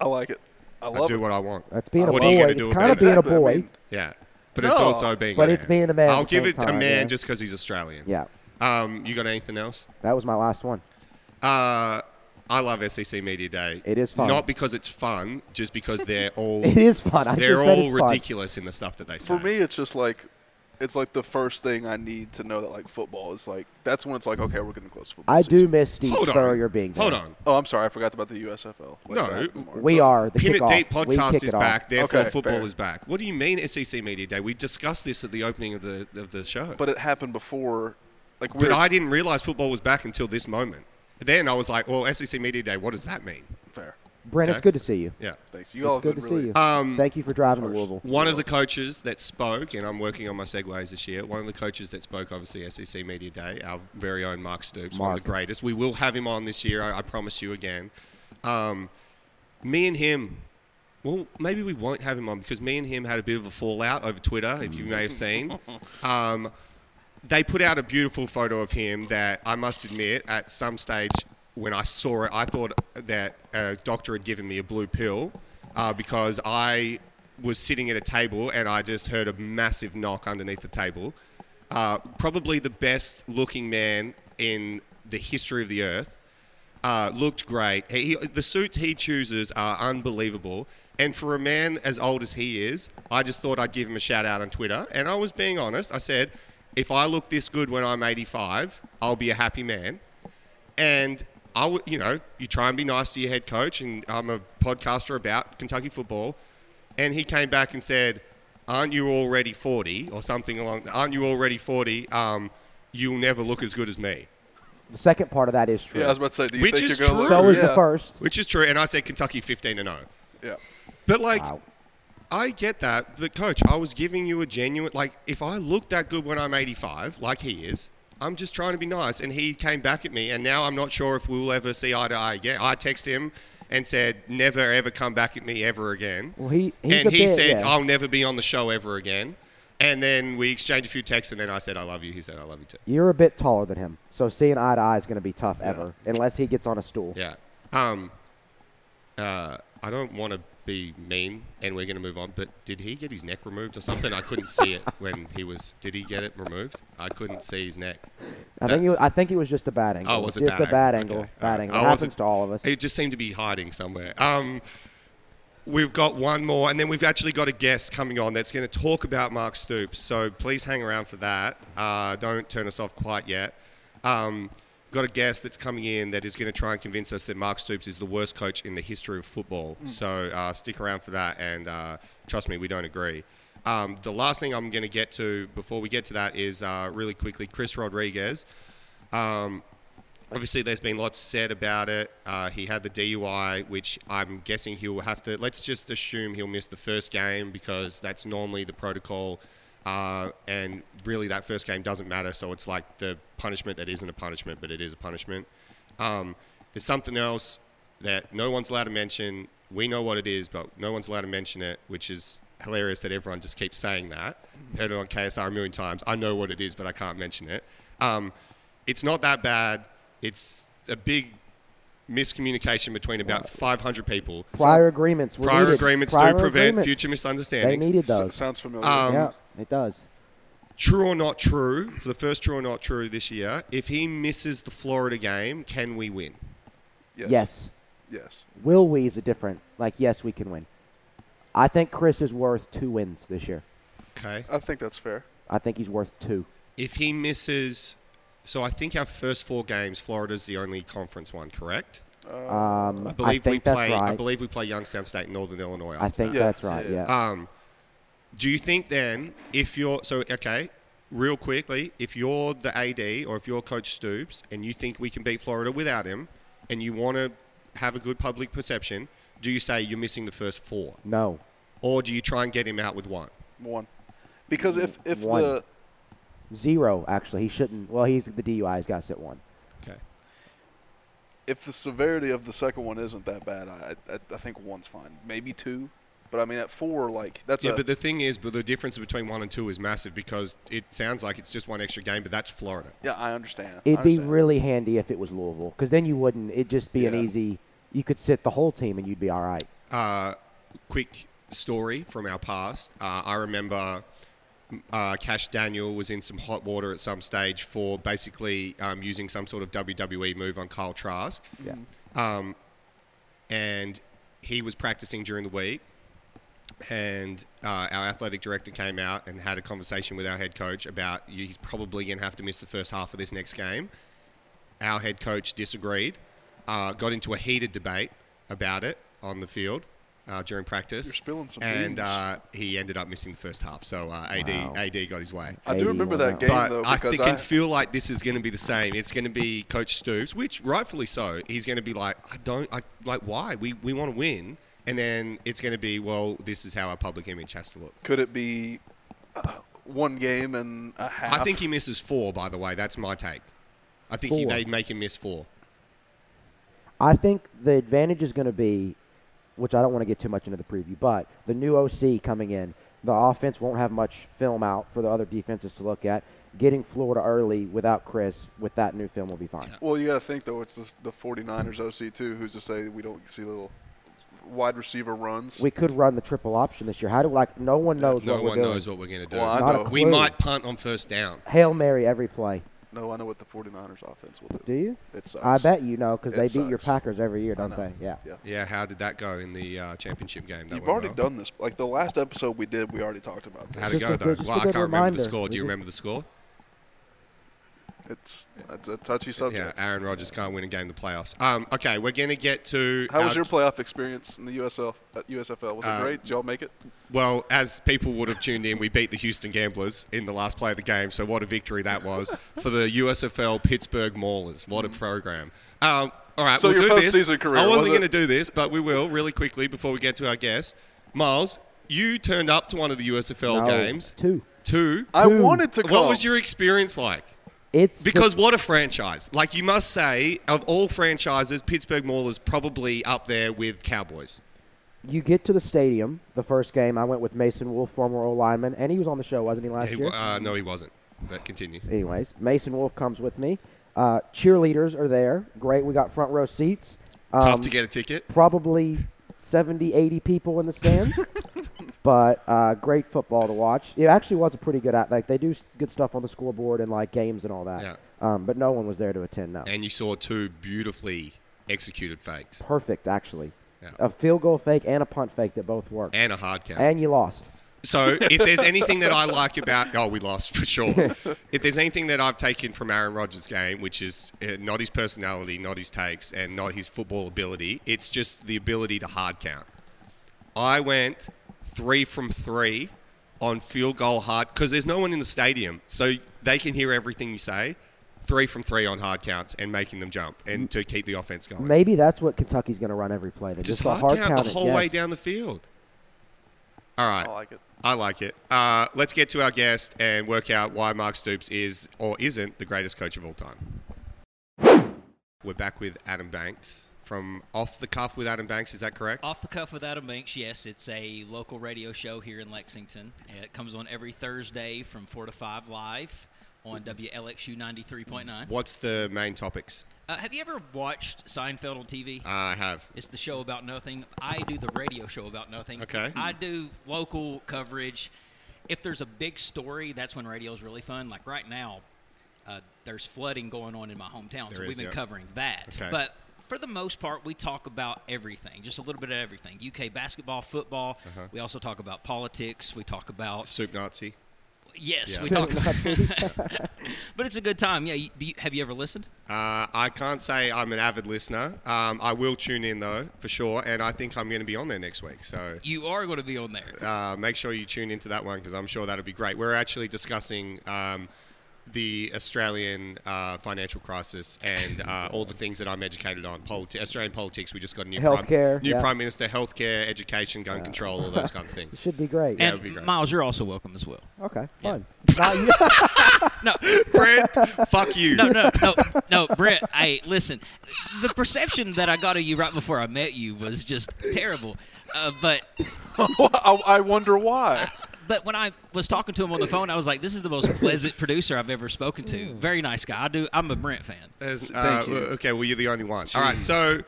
[SPEAKER 6] I like it. I
[SPEAKER 4] I
[SPEAKER 6] love
[SPEAKER 4] do
[SPEAKER 6] it.
[SPEAKER 4] what I want."
[SPEAKER 5] That's being a
[SPEAKER 4] what
[SPEAKER 5] boy.
[SPEAKER 4] Are you gonna
[SPEAKER 5] it's
[SPEAKER 4] do
[SPEAKER 5] kind
[SPEAKER 4] about
[SPEAKER 5] of
[SPEAKER 4] it?
[SPEAKER 5] being
[SPEAKER 6] Exactly, I
[SPEAKER 5] a boy.
[SPEAKER 6] mean-
[SPEAKER 4] Yeah. But it's
[SPEAKER 6] No.
[SPEAKER 4] also being
[SPEAKER 5] But
[SPEAKER 4] a man.
[SPEAKER 5] it's being a man at
[SPEAKER 4] I'll
[SPEAKER 5] the
[SPEAKER 4] give
[SPEAKER 5] same
[SPEAKER 4] it a
[SPEAKER 5] time,
[SPEAKER 4] man
[SPEAKER 5] yeah.
[SPEAKER 4] just because he's Australian.
[SPEAKER 5] Yeah,
[SPEAKER 4] Um, you got anything else?
[SPEAKER 5] that was my last one.
[SPEAKER 4] Uh, I love SEC Media Day.
[SPEAKER 5] It is fun.
[SPEAKER 4] Not because it's fun, just because they're all
[SPEAKER 5] It is fun. I
[SPEAKER 4] they're
[SPEAKER 5] just said
[SPEAKER 4] all
[SPEAKER 5] it's fun.
[SPEAKER 4] ridiculous in the stuff that they say.
[SPEAKER 6] For me, it's just like, it's like the first thing I need to know that like football is like. That's when it's like, okay, we're going to close football.
[SPEAKER 5] I
[SPEAKER 6] season.
[SPEAKER 5] do miss Steve
[SPEAKER 4] hold
[SPEAKER 5] Spurrier
[SPEAKER 4] on.
[SPEAKER 5] being there.
[SPEAKER 4] hold on.
[SPEAKER 6] Oh, I'm sorry, I forgot about the USFL. Like,
[SPEAKER 4] No.
[SPEAKER 6] that happened tomorrow.
[SPEAKER 5] We are the
[SPEAKER 4] Pin It
[SPEAKER 5] kickoff.
[SPEAKER 4] Deep
[SPEAKER 5] We
[SPEAKER 4] podcast
[SPEAKER 5] kick
[SPEAKER 4] is
[SPEAKER 5] it off.
[SPEAKER 4] back. Therefore,
[SPEAKER 6] Okay,
[SPEAKER 4] football
[SPEAKER 6] fair.
[SPEAKER 4] is back. What do you mean SEC Media Day? We discussed this at the opening of the of the show.
[SPEAKER 6] but it happened before. Like we
[SPEAKER 4] but
[SPEAKER 6] were
[SPEAKER 4] I didn't realize football was back until this moment. Then I was like, well, SEC Media Day. What does that mean?
[SPEAKER 6] fair.
[SPEAKER 5] Brent,
[SPEAKER 4] Okay.
[SPEAKER 5] it's good to see you.
[SPEAKER 4] Yeah.
[SPEAKER 6] Thanks. You all
[SPEAKER 5] it's
[SPEAKER 6] have
[SPEAKER 5] good
[SPEAKER 6] been
[SPEAKER 5] to
[SPEAKER 6] really
[SPEAKER 5] see you. Thank you for driving to Louisville.
[SPEAKER 4] One Um, of the coaches that spoke, and I'm working on my segues this year. One of the coaches that spoke, obviously, SEC Media Day, our very own Mark Stoops, one of the greatest. We will have him on this year, I, I promise you again. Um, me and him, well, maybe we won't have him on because me and him had a bit of a fallout over Twitter, if you may have seen. Um, they put out a beautiful photo of him that I must admit, at some stage when I saw it, I thought that a doctor had given me a blue pill uh, because I was sitting at a table and I just heard a massive knock underneath the table. Uh, probably the best looking man in the history of the earth. Uh, looked great. He, he- the suits he chooses are unbelievable. And for a man as old as he is, I just thought I'd give him a shout out on Twitter. And I was being honest. I said, if I look this good when I'm 85, I'll be a happy man. And I would, you know, you try and be nice to your head coach. And I'm a podcaster about Kentucky football. And he came back and said, "Aren't you already 40 or something along? Aren't you already 40? Um, you'll never look as good as me."
[SPEAKER 5] The second part of that is true.
[SPEAKER 6] Yeah, I was about to say, do you
[SPEAKER 4] Which
[SPEAKER 6] think
[SPEAKER 4] is
[SPEAKER 6] you're going
[SPEAKER 4] true.
[SPEAKER 6] to
[SPEAKER 5] so is
[SPEAKER 6] yeah.
[SPEAKER 5] the first.
[SPEAKER 4] Which is true. And I said Kentucky 15 and oh." 0.
[SPEAKER 6] Yeah.
[SPEAKER 4] But like,
[SPEAKER 5] Wow.
[SPEAKER 4] I get that. But coach, I was giving you a genuine like. If I look that good when I'm 85, like he is, I'm just trying to be nice. And he came back at me, and now I'm not sure if we'll ever see eye to eye again. I text him and said, "Never ever come back at me ever again."
[SPEAKER 5] Well, he- he's
[SPEAKER 4] and
[SPEAKER 5] a
[SPEAKER 4] he
[SPEAKER 5] bit-
[SPEAKER 4] said,
[SPEAKER 5] yeah.
[SPEAKER 4] "I'll never be on the show ever again." And then we exchanged a few texts, and then I said, "I love you." He said, "I love you too."
[SPEAKER 5] You're a bit taller than him, so seeing eye to eye is going to be tough ever, unless he gets on a stool.
[SPEAKER 4] Yeah. Um. Uh. I don't want to be mean, and we're going to move on. But did he get his neck removed or something? I couldn't see it when he was. Did he get it removed? I couldn't see his neck.
[SPEAKER 5] I think it was, I think it was just a bad angle.
[SPEAKER 4] Oh, was it
[SPEAKER 5] just
[SPEAKER 4] bad
[SPEAKER 5] a bad
[SPEAKER 4] angle?
[SPEAKER 5] angle.
[SPEAKER 4] Okay.
[SPEAKER 5] Bad
[SPEAKER 4] Alright.
[SPEAKER 5] angle.
[SPEAKER 4] I
[SPEAKER 5] It happens
[SPEAKER 4] wasn't-
[SPEAKER 5] to all of us.
[SPEAKER 4] It just seemed to be hiding somewhere. Um, we've got one more, and then we've actually got a guest coming on that's going to talk about Mark Stoops. So please hang around for that. Uh, don't turn us off quite yet. Um, we've got a guest that's coming in that is going to try and convince us that Mark Stoops is the worst coach in the history of football.
[SPEAKER 5] Hmm.
[SPEAKER 4] So uh, stick around for that, and uh, trust me, we don't agree. Um, the last thing I'm going to get to before we get to that is uh, really quickly Chris Rodriguez. Um, Obviously, there's been lots said about it. Uh, he had the DUI, which I'm guessing he'll have to. Let's just assume he'll miss the first game because that's normally the protocol. Uh, and really, that first game doesn't matter. So it's like the punishment that isn't a punishment, but it is a punishment. Um, there's something else that no one's allowed to mention. We know what it is, but no one's allowed to mention it, which is hilarious that everyone just keeps saying that. Heard it on KSR a million times. I know what it is, but I can't mention it. Um, it's not that bad. It's a big miscommunication between about 500 people.
[SPEAKER 5] Prior agreements. Were
[SPEAKER 4] Prior
[SPEAKER 5] needed.
[SPEAKER 4] agreements
[SPEAKER 5] Prior
[SPEAKER 4] do prevent
[SPEAKER 5] agreements.
[SPEAKER 4] future
[SPEAKER 5] They
[SPEAKER 4] misunderstandings.
[SPEAKER 5] needed
[SPEAKER 6] So,
[SPEAKER 5] those.
[SPEAKER 6] sounds familiar.
[SPEAKER 4] Um,
[SPEAKER 5] yeah, it does.
[SPEAKER 4] True or not true, for the first true or not true this year, if he misses the Florida game, can we win?
[SPEAKER 6] yes.
[SPEAKER 5] yes.
[SPEAKER 6] Yes.
[SPEAKER 5] Will we is a different. Like, yes, we can win. I think Chris is worth two wins this year.
[SPEAKER 4] Okay.
[SPEAKER 6] I think that's fair.
[SPEAKER 5] I think he's worth two.
[SPEAKER 4] If he misses, so I think our first four games, Florida's the only conference one, correct?
[SPEAKER 5] Um,
[SPEAKER 4] I believe
[SPEAKER 5] think
[SPEAKER 4] we
[SPEAKER 5] that's
[SPEAKER 4] play.
[SPEAKER 5] right.
[SPEAKER 4] I believe we play Youngstown State, and Northern Illinois.
[SPEAKER 5] I
[SPEAKER 4] after
[SPEAKER 5] think
[SPEAKER 4] that.
[SPEAKER 6] Yeah.
[SPEAKER 5] that's right. Yeah.
[SPEAKER 4] Um, do you think then, if you're so okay, real quickly, if you're the AD or if you're Coach Stoops and you think we can beat Florida without him, and you want to have a good public perception, do you say you're missing the first four,
[SPEAKER 5] no.
[SPEAKER 4] or do you try and get him out with one?
[SPEAKER 6] One. Because if, if
[SPEAKER 5] One.
[SPEAKER 6] the
[SPEAKER 5] Zero, actually. He shouldn't. Well, he's the DUI. He's got to sit one.
[SPEAKER 4] Okay.
[SPEAKER 6] if the severity of the second one isn't that bad, I, I, I think one's fine. Maybe two, but I mean at four, like that's
[SPEAKER 4] Yeah,
[SPEAKER 6] a,
[SPEAKER 4] but the thing is, but the difference between one and two is massive because it sounds like it's just one extra game, but that's Florida.
[SPEAKER 6] yeah. I understand. I
[SPEAKER 5] It'd be
[SPEAKER 6] understand.
[SPEAKER 5] really handy if it was Louisville, because then you wouldn't. It'd just be an
[SPEAKER 6] Yeah.
[SPEAKER 5] easy. You could sit the whole team and you'd be all right.
[SPEAKER 4] uh, quick story from our past. Uh, I remember uh, Cash Daniel was in some hot water at some stage for basically um, using some sort of WWE move on Kyle Trask. Yeah. Um, and he was practicing during the week. And uh, our athletic director came out and had a conversation with our head coach about "You- he's probably going to have to miss the first half of this next game our head coach disagreed, uh, got into a heated debate about it on the field uh, during practice.
[SPEAKER 6] You're spilling some
[SPEAKER 4] And
[SPEAKER 6] beans.
[SPEAKER 4] uh, he ended up missing the first half. So uh, AD, AD got his way.
[SPEAKER 6] I do remember that game
[SPEAKER 4] But
[SPEAKER 6] though
[SPEAKER 4] I
[SPEAKER 6] because
[SPEAKER 4] think and feel like this is going to be the same. It's going to be Coach Stoops, which rightfully so. He's going to be like, I don't, I like, why? We we want to win, and then it's going to be, well, this is how our public image has to look.
[SPEAKER 6] could it be uh, one game and a half?
[SPEAKER 4] I think he misses four. By the way, that's my take. I think he,
[SPEAKER 5] Four.
[SPEAKER 4] they make him miss four.
[SPEAKER 5] I think the advantage is going to be, which I don't want to get too much into the preview, but the new OC coming in, the offense won't have much film out for the other defenses to look at. Getting Florida early without Chris with that new film will be fine.
[SPEAKER 6] Well, you got to think though. It's the, the 49ers OC too, who's to say we don't see little wide receiver runs.
[SPEAKER 5] We could run the triple option this year. How do like no one knows
[SPEAKER 4] No
[SPEAKER 5] what we're
[SPEAKER 4] one
[SPEAKER 5] doing?
[SPEAKER 4] knows what we're going to do.
[SPEAKER 6] Well, I
[SPEAKER 5] Not a
[SPEAKER 6] know.
[SPEAKER 4] We
[SPEAKER 5] clue.
[SPEAKER 4] might punt on first down.
[SPEAKER 5] Hail Mary every play.
[SPEAKER 6] no, I know what the 49ers offense will do.
[SPEAKER 5] Do you?
[SPEAKER 6] It
[SPEAKER 5] I
[SPEAKER 6] sucks.
[SPEAKER 5] bet you know because they
[SPEAKER 6] It
[SPEAKER 5] beat your
[SPEAKER 6] sucks.
[SPEAKER 5] Packers every year, don't
[SPEAKER 6] know.
[SPEAKER 5] they? Yeah.
[SPEAKER 6] Yeah.
[SPEAKER 4] Yeah, how did that go in the uh, championship game? That
[SPEAKER 6] You've
[SPEAKER 4] went
[SPEAKER 6] already
[SPEAKER 4] well.
[SPEAKER 6] done this. Like the last episode we did, we already talked about this.
[SPEAKER 4] How'd it
[SPEAKER 5] Just
[SPEAKER 4] go
[SPEAKER 5] a-
[SPEAKER 4] though?
[SPEAKER 5] just a
[SPEAKER 4] Well, I
[SPEAKER 5] good
[SPEAKER 4] can't remember
[SPEAKER 5] reminder.
[SPEAKER 4] the score. Do you
[SPEAKER 5] We just-
[SPEAKER 4] remember the score?
[SPEAKER 6] It's it's a touchy subject.
[SPEAKER 4] Yeah, Aaron Rodgers can't win a game in the playoffs. Um, okay, we're gonna get to
[SPEAKER 6] How was
[SPEAKER 4] our-
[SPEAKER 6] your playoff experience in the USL, at USFL? Was
[SPEAKER 4] Uh,
[SPEAKER 6] it great? Did y'all make it?
[SPEAKER 4] Well, as people would have tuned in, we beat the Houston Gamblers in the last play of the game. So what a victory that was for the USFL Pittsburgh Maulers. What a program! Um, all right,
[SPEAKER 6] So
[SPEAKER 4] we'll
[SPEAKER 6] your
[SPEAKER 4] do this.
[SPEAKER 6] postseason career,
[SPEAKER 4] I
[SPEAKER 6] was
[SPEAKER 4] wasn't
[SPEAKER 6] it?
[SPEAKER 4] going to do this, but we will really quickly before we get to our guest. Miles, you turned up to one of the USFL
[SPEAKER 5] No,
[SPEAKER 4] games.
[SPEAKER 5] two. Uh,
[SPEAKER 4] Two.
[SPEAKER 6] I wanted to come.
[SPEAKER 4] What was your experience like?
[SPEAKER 5] It's the-
[SPEAKER 4] Because what a franchise! Like you must say, of all franchises, Pittsburgh Maulers probably up there with Cowboys.
[SPEAKER 5] You get to the stadium, the first game. I went with Mason Wolf, former O lineman, and he was on the show, wasn't he, last
[SPEAKER 4] He,
[SPEAKER 5] year?
[SPEAKER 4] uh, no, he wasn't. But continue.
[SPEAKER 5] Anyways, Mason Wolf comes with me. Uh, cheerleaders are there. Great. We got front row seats. Um,
[SPEAKER 4] Tough to get a ticket.
[SPEAKER 5] Probably 70, 80 people in the stands. but uh, great football to watch. It actually was a pretty good at like they do s- good stuff on the scoreboard and like games and all that.
[SPEAKER 4] Yeah.
[SPEAKER 5] Um, but no one was there to attend. No,
[SPEAKER 4] And you saw two beautifully executed fakes
[SPEAKER 5] perfect actually.
[SPEAKER 4] Yeah.
[SPEAKER 5] A field goal fake and a punt fake that both worked,
[SPEAKER 4] and a hard count.
[SPEAKER 5] and you lost.
[SPEAKER 4] So if there's anything that I like about, oh, we lost for sure. if there's anything that I've taken from Aaron Rodgers' game, which is uh, not his personality, not his takes, and not his football ability, it's just the ability to hard count. I went three from three on field goal hard because there's no one in the stadium, so they can hear everything you say. Three from three on hard counts and making them jump and to keep the offense going.
[SPEAKER 5] Maybe that's what Kentucky's going to run every play. They
[SPEAKER 4] just
[SPEAKER 5] a
[SPEAKER 4] hard, count, the
[SPEAKER 5] it,
[SPEAKER 4] whole way
[SPEAKER 5] yes.
[SPEAKER 4] down the field. All right.
[SPEAKER 6] I like it.
[SPEAKER 4] I like it. Uh, let's get to our guest and work out why Mark Stoops is or isn't the greatest coach of all time. We're back with Adam Banks from Off the Cuff with Adam Banks. Is that correct?
[SPEAKER 7] Off the Cuff with Adam Banks, yes. It's a local radio show here in Lexington. It comes on every Thursday from 4 to 5 live on WLXU 93.9.
[SPEAKER 4] What's the main topics?
[SPEAKER 7] Uh, have you ever watched Seinfeld on TV?
[SPEAKER 4] I have.
[SPEAKER 7] It's the show about nothing. I do the radio show about nothing.
[SPEAKER 4] Okay.
[SPEAKER 7] I do local coverage. If there's a big story, that's when radio is really fun. Like right now, uh, there's flooding going on in my hometown, so
[SPEAKER 4] There
[SPEAKER 7] we've
[SPEAKER 4] is,
[SPEAKER 7] been
[SPEAKER 4] yeah.
[SPEAKER 7] covering that.
[SPEAKER 4] Okay.
[SPEAKER 7] But for the most part, we talk about everything, just a little bit of everything. UK basketball, football.
[SPEAKER 4] Uh-huh.
[SPEAKER 7] We also talk about politics. We talk about
[SPEAKER 4] Soup Nazi.
[SPEAKER 7] yes,
[SPEAKER 4] Yeah.
[SPEAKER 7] we talk about. but it's a good time. Yeah. You, do you, have you ever listened?
[SPEAKER 4] Uh, I can't say I'm an avid listener. Um, I will tune in though for sure, and I think I'm going to be on there next week. So
[SPEAKER 7] You are going to be on there.
[SPEAKER 4] uh, make sure you tune into that one because I'm sure that'll be great. We're actually discussing um, the Australian uh, financial crisis and uh, all the things that I'm educated on. Politi- Australian politics. We just got a new prime,
[SPEAKER 5] Healthcare,
[SPEAKER 4] new
[SPEAKER 5] yeah.
[SPEAKER 4] prime minister, healthcare, education, gun control, all those kind of things.
[SPEAKER 5] Should be great.
[SPEAKER 4] Yeah, it would be
[SPEAKER 7] and
[SPEAKER 4] great.
[SPEAKER 7] Miles, you're also welcome as well.
[SPEAKER 5] Okay,
[SPEAKER 7] Yeah.
[SPEAKER 5] fun.
[SPEAKER 7] No,
[SPEAKER 4] Brett, fuck you.
[SPEAKER 7] no, no, no, no, Brett. Hey, listen, the perception that I got of you right before I met you was just terrible. Uh, but
[SPEAKER 6] I, I wonder why.
[SPEAKER 7] but when I was talking to him on the phone, I was like, this is the most pleasant producer I've ever spoken to. Very nice guy. I do. I'm a Brent fan.
[SPEAKER 4] There's- uh,
[SPEAKER 6] you.
[SPEAKER 4] Okay, well you're the only one. All right, so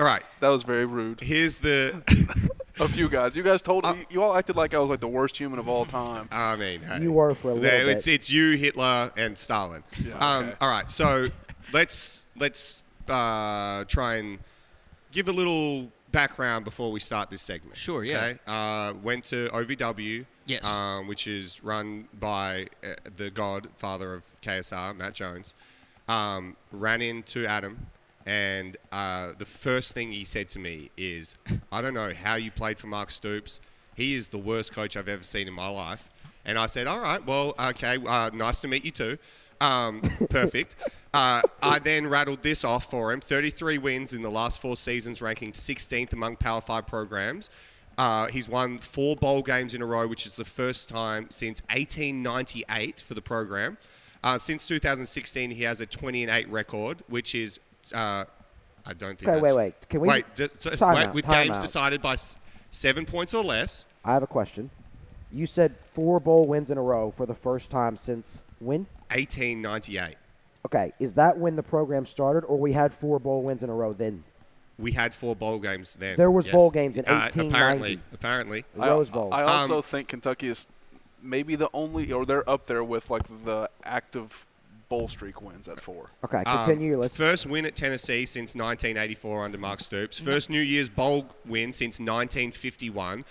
[SPEAKER 4] all right.
[SPEAKER 6] That was very rude
[SPEAKER 4] Here's the.
[SPEAKER 6] of you guys. You guys told
[SPEAKER 4] Uh,
[SPEAKER 6] you, you all acted like I was like the worst human of all time.
[SPEAKER 4] I mean, hey.
[SPEAKER 5] You were for a little
[SPEAKER 4] There- It's
[SPEAKER 5] bit.
[SPEAKER 4] it's you, Hitler, and Stalin. um, All right, so let's let's uh, try and give a little background before we start this segment.
[SPEAKER 7] Sure, yeah.
[SPEAKER 4] Okay? Uh, went to OVW.
[SPEAKER 7] Yes.
[SPEAKER 4] Um, which is run by uh, the godfather of KSR, Matt Jones. Um, ran into Adam. And uh, the first thing he said to me is, I don't know how you played for Mark Stoops. He is the worst coach I've ever seen in my life. And I said, All right, well, okay, uh, nice to meet you too. Um, perfect. Uh, I then rattled this off for him 33 wins in the last four seasons, ranking 16th among Power 5 programs. Uh, he's won four bowl games in a row, which is the first time since 1898 for the program. Uh, since 2016, he has a 20 and 8 record, which is uh, I don't think.
[SPEAKER 5] Okay,
[SPEAKER 4] that's-
[SPEAKER 5] wait, wait. Can we-
[SPEAKER 4] wait, d- so-
[SPEAKER 5] Time
[SPEAKER 4] wait,
[SPEAKER 5] out,
[SPEAKER 4] with
[SPEAKER 5] time
[SPEAKER 4] games
[SPEAKER 5] out.
[SPEAKER 4] decided by s- seven points or less.
[SPEAKER 5] I have a question. You said four bowl wins in a row for the first time since when?
[SPEAKER 4] 1898.
[SPEAKER 5] Okay, is that when the program started, or we had four bowl wins in a row then?
[SPEAKER 4] We had four bowl games then.
[SPEAKER 5] There was
[SPEAKER 4] yes.
[SPEAKER 5] bowl games in
[SPEAKER 4] Uh, apparently,
[SPEAKER 5] 1890.
[SPEAKER 4] apparently.
[SPEAKER 5] The Rose Bowl.
[SPEAKER 6] I, I also
[SPEAKER 4] Um,
[SPEAKER 6] think Kentucky is maybe the only, or they're up there with like the active bowl streak wins at four.
[SPEAKER 5] okay, continue your list.
[SPEAKER 4] Um, First win at Tennessee since 1984 under Mark Stoops. First New Year's Bowl win since 1951.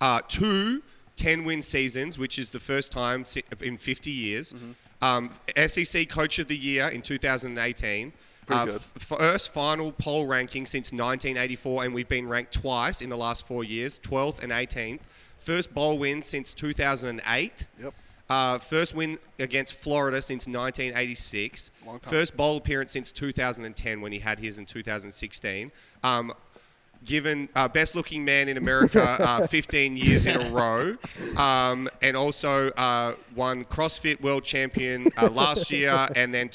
[SPEAKER 4] Uh, two 10 win seasons, which is the first time si- in 50 years. Um, SEC Coach of the Year in 2018. Uh,
[SPEAKER 6] good.
[SPEAKER 4] f- first final poll ranking since 1984, and we've been ranked twice in the last four years 12th and 18th. First bowl win since 2008.
[SPEAKER 6] Yep.
[SPEAKER 4] Uh, first win against Florida since 1986. First bowl appearance since 2010 when he had his in 2016. Um, given uh, best looking man in America uh, 15 years in a row, um, and also uh, won CrossFit World Champion uh, last year and then